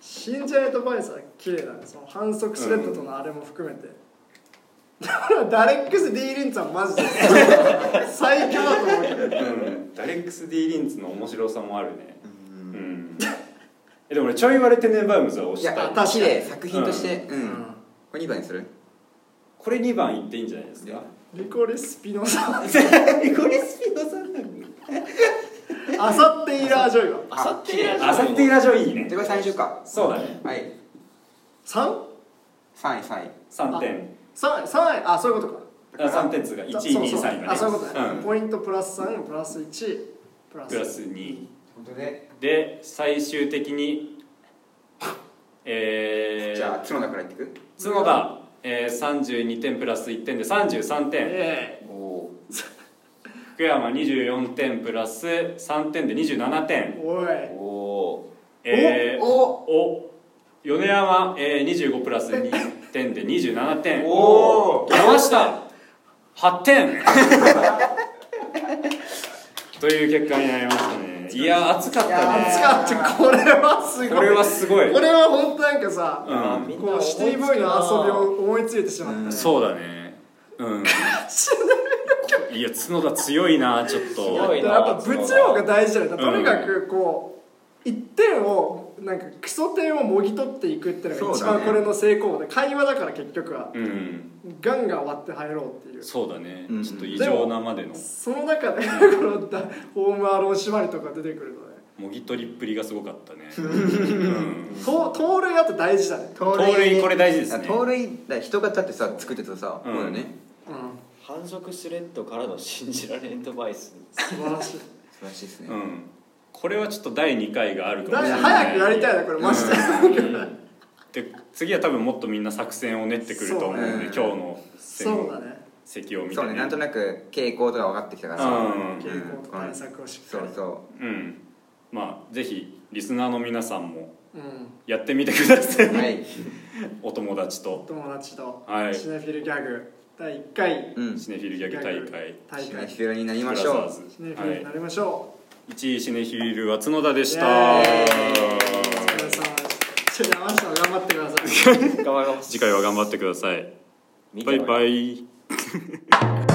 Speaker 3: 信じられたバイスは綺麗だねその反則スレッドとのあれも含めて、 だからダレックス・ディー・リンツはマジで 最強だと思うけど
Speaker 1: うんダレックス・ディ・リンツの面白さもあるねうんえでも俺ちょい言われてねバウムズは推
Speaker 2: い
Speaker 1: し
Speaker 2: や
Speaker 1: たい
Speaker 3: かに
Speaker 2: 綺麗作品としてうん、
Speaker 3: ん
Speaker 2: これ2番にする
Speaker 1: これ2番いっていいんじゃないですか
Speaker 3: リコリス・ピノサ
Speaker 2: これスピノさんだ
Speaker 3: あさってイラー・ジョイは
Speaker 5: あさって
Speaker 1: あさってラジオいいね
Speaker 2: でこれ最終か
Speaker 1: そうだね
Speaker 2: はい3位3位
Speaker 1: 3点
Speaker 3: 3?3 位あそういうことか
Speaker 1: あ3点つうか1位
Speaker 3: そう
Speaker 1: 2位
Speaker 3: そう
Speaker 1: 3位がね
Speaker 3: あそういうことね、
Speaker 1: ん
Speaker 3: ポイントプラス3プラス1プラス
Speaker 1: プラス2
Speaker 2: 本当で
Speaker 1: で最終的にえー、
Speaker 2: じゃあ角田からいってく
Speaker 1: 角田、えー、32点プラス1点で33点、
Speaker 3: え
Speaker 5: おお
Speaker 1: 福山24点プラス3点で27
Speaker 3: え
Speaker 1: 点
Speaker 3: おい
Speaker 5: ーお
Speaker 1: えー、
Speaker 2: お
Speaker 1: お米山、えー、25プラス2点で27点
Speaker 2: おー
Speaker 1: 山下8点という結果になりましたねねいや暑かったね
Speaker 3: 暑かったこれはすごい
Speaker 1: これはすごい
Speaker 3: これは本当なんかさ、
Speaker 1: うん
Speaker 3: こうシティボーイの遊びを思いついてしまった、ね
Speaker 1: そうだね うんいや角田強いなちょっと
Speaker 5: 強いな
Speaker 3: やっぱ物量が大事だよとにかくこう一点をなんか基礎点をもぎ取っていくっていうのが一
Speaker 2: そうだ
Speaker 3: 番
Speaker 2: ね
Speaker 3: これの成功法で会話だから結局は
Speaker 1: うん
Speaker 3: ガンガン割って入ろうっていう
Speaker 1: そうだね、
Speaker 2: うん
Speaker 1: ちょっと異常なまでの
Speaker 3: その中でこのだホームアローン縛りとか出てくるのね
Speaker 1: もぎ取りっぷりがすごかったね、 うん、
Speaker 3: と盗塁だと大事だね
Speaker 2: 盗
Speaker 1: 盗塁これ大事ですね
Speaker 2: 盗塁だ人が立ってさ作ってたらさ、
Speaker 1: うん
Speaker 2: こうだよね
Speaker 3: うん
Speaker 5: 反則スレッドからの信じられんアドバイス
Speaker 3: 素晴らしい
Speaker 2: 素晴らしいですね、
Speaker 1: うん、これはちょっと第2回があるかもしれない
Speaker 3: 早くやりたいなこれマジで
Speaker 1: で次は多分もっとみんな作戦を練ってくると思うんで、
Speaker 2: そうね
Speaker 1: 今日の戦
Speaker 3: そうだね
Speaker 1: 席を見て、
Speaker 2: そうねなんとなく傾向とか分かってきたから
Speaker 1: うん
Speaker 3: 傾向と対策をしっ
Speaker 2: そ
Speaker 3: かり
Speaker 2: うそ
Speaker 1: うんまあぜひリスナーの皆さんも
Speaker 3: うん
Speaker 1: やってみてください、
Speaker 2: うはい
Speaker 1: お友達と
Speaker 3: 友達と
Speaker 1: はい
Speaker 3: シネフィルギャグ第1回
Speaker 2: うん
Speaker 1: シネフィルギャグ大会
Speaker 3: 大
Speaker 2: シナ
Speaker 3: 会シ
Speaker 2: ヒロになりまし
Speaker 1: ブラ
Speaker 2: ょ
Speaker 1: ザーズ
Speaker 3: ネフィルになりましょ
Speaker 1: はい、1位シネフィルは角田でした
Speaker 3: イエう、お疲れ様ですちょっと山下も頑張ってください
Speaker 5: 頑張ります
Speaker 1: 次回は頑張ってくださいバイバイ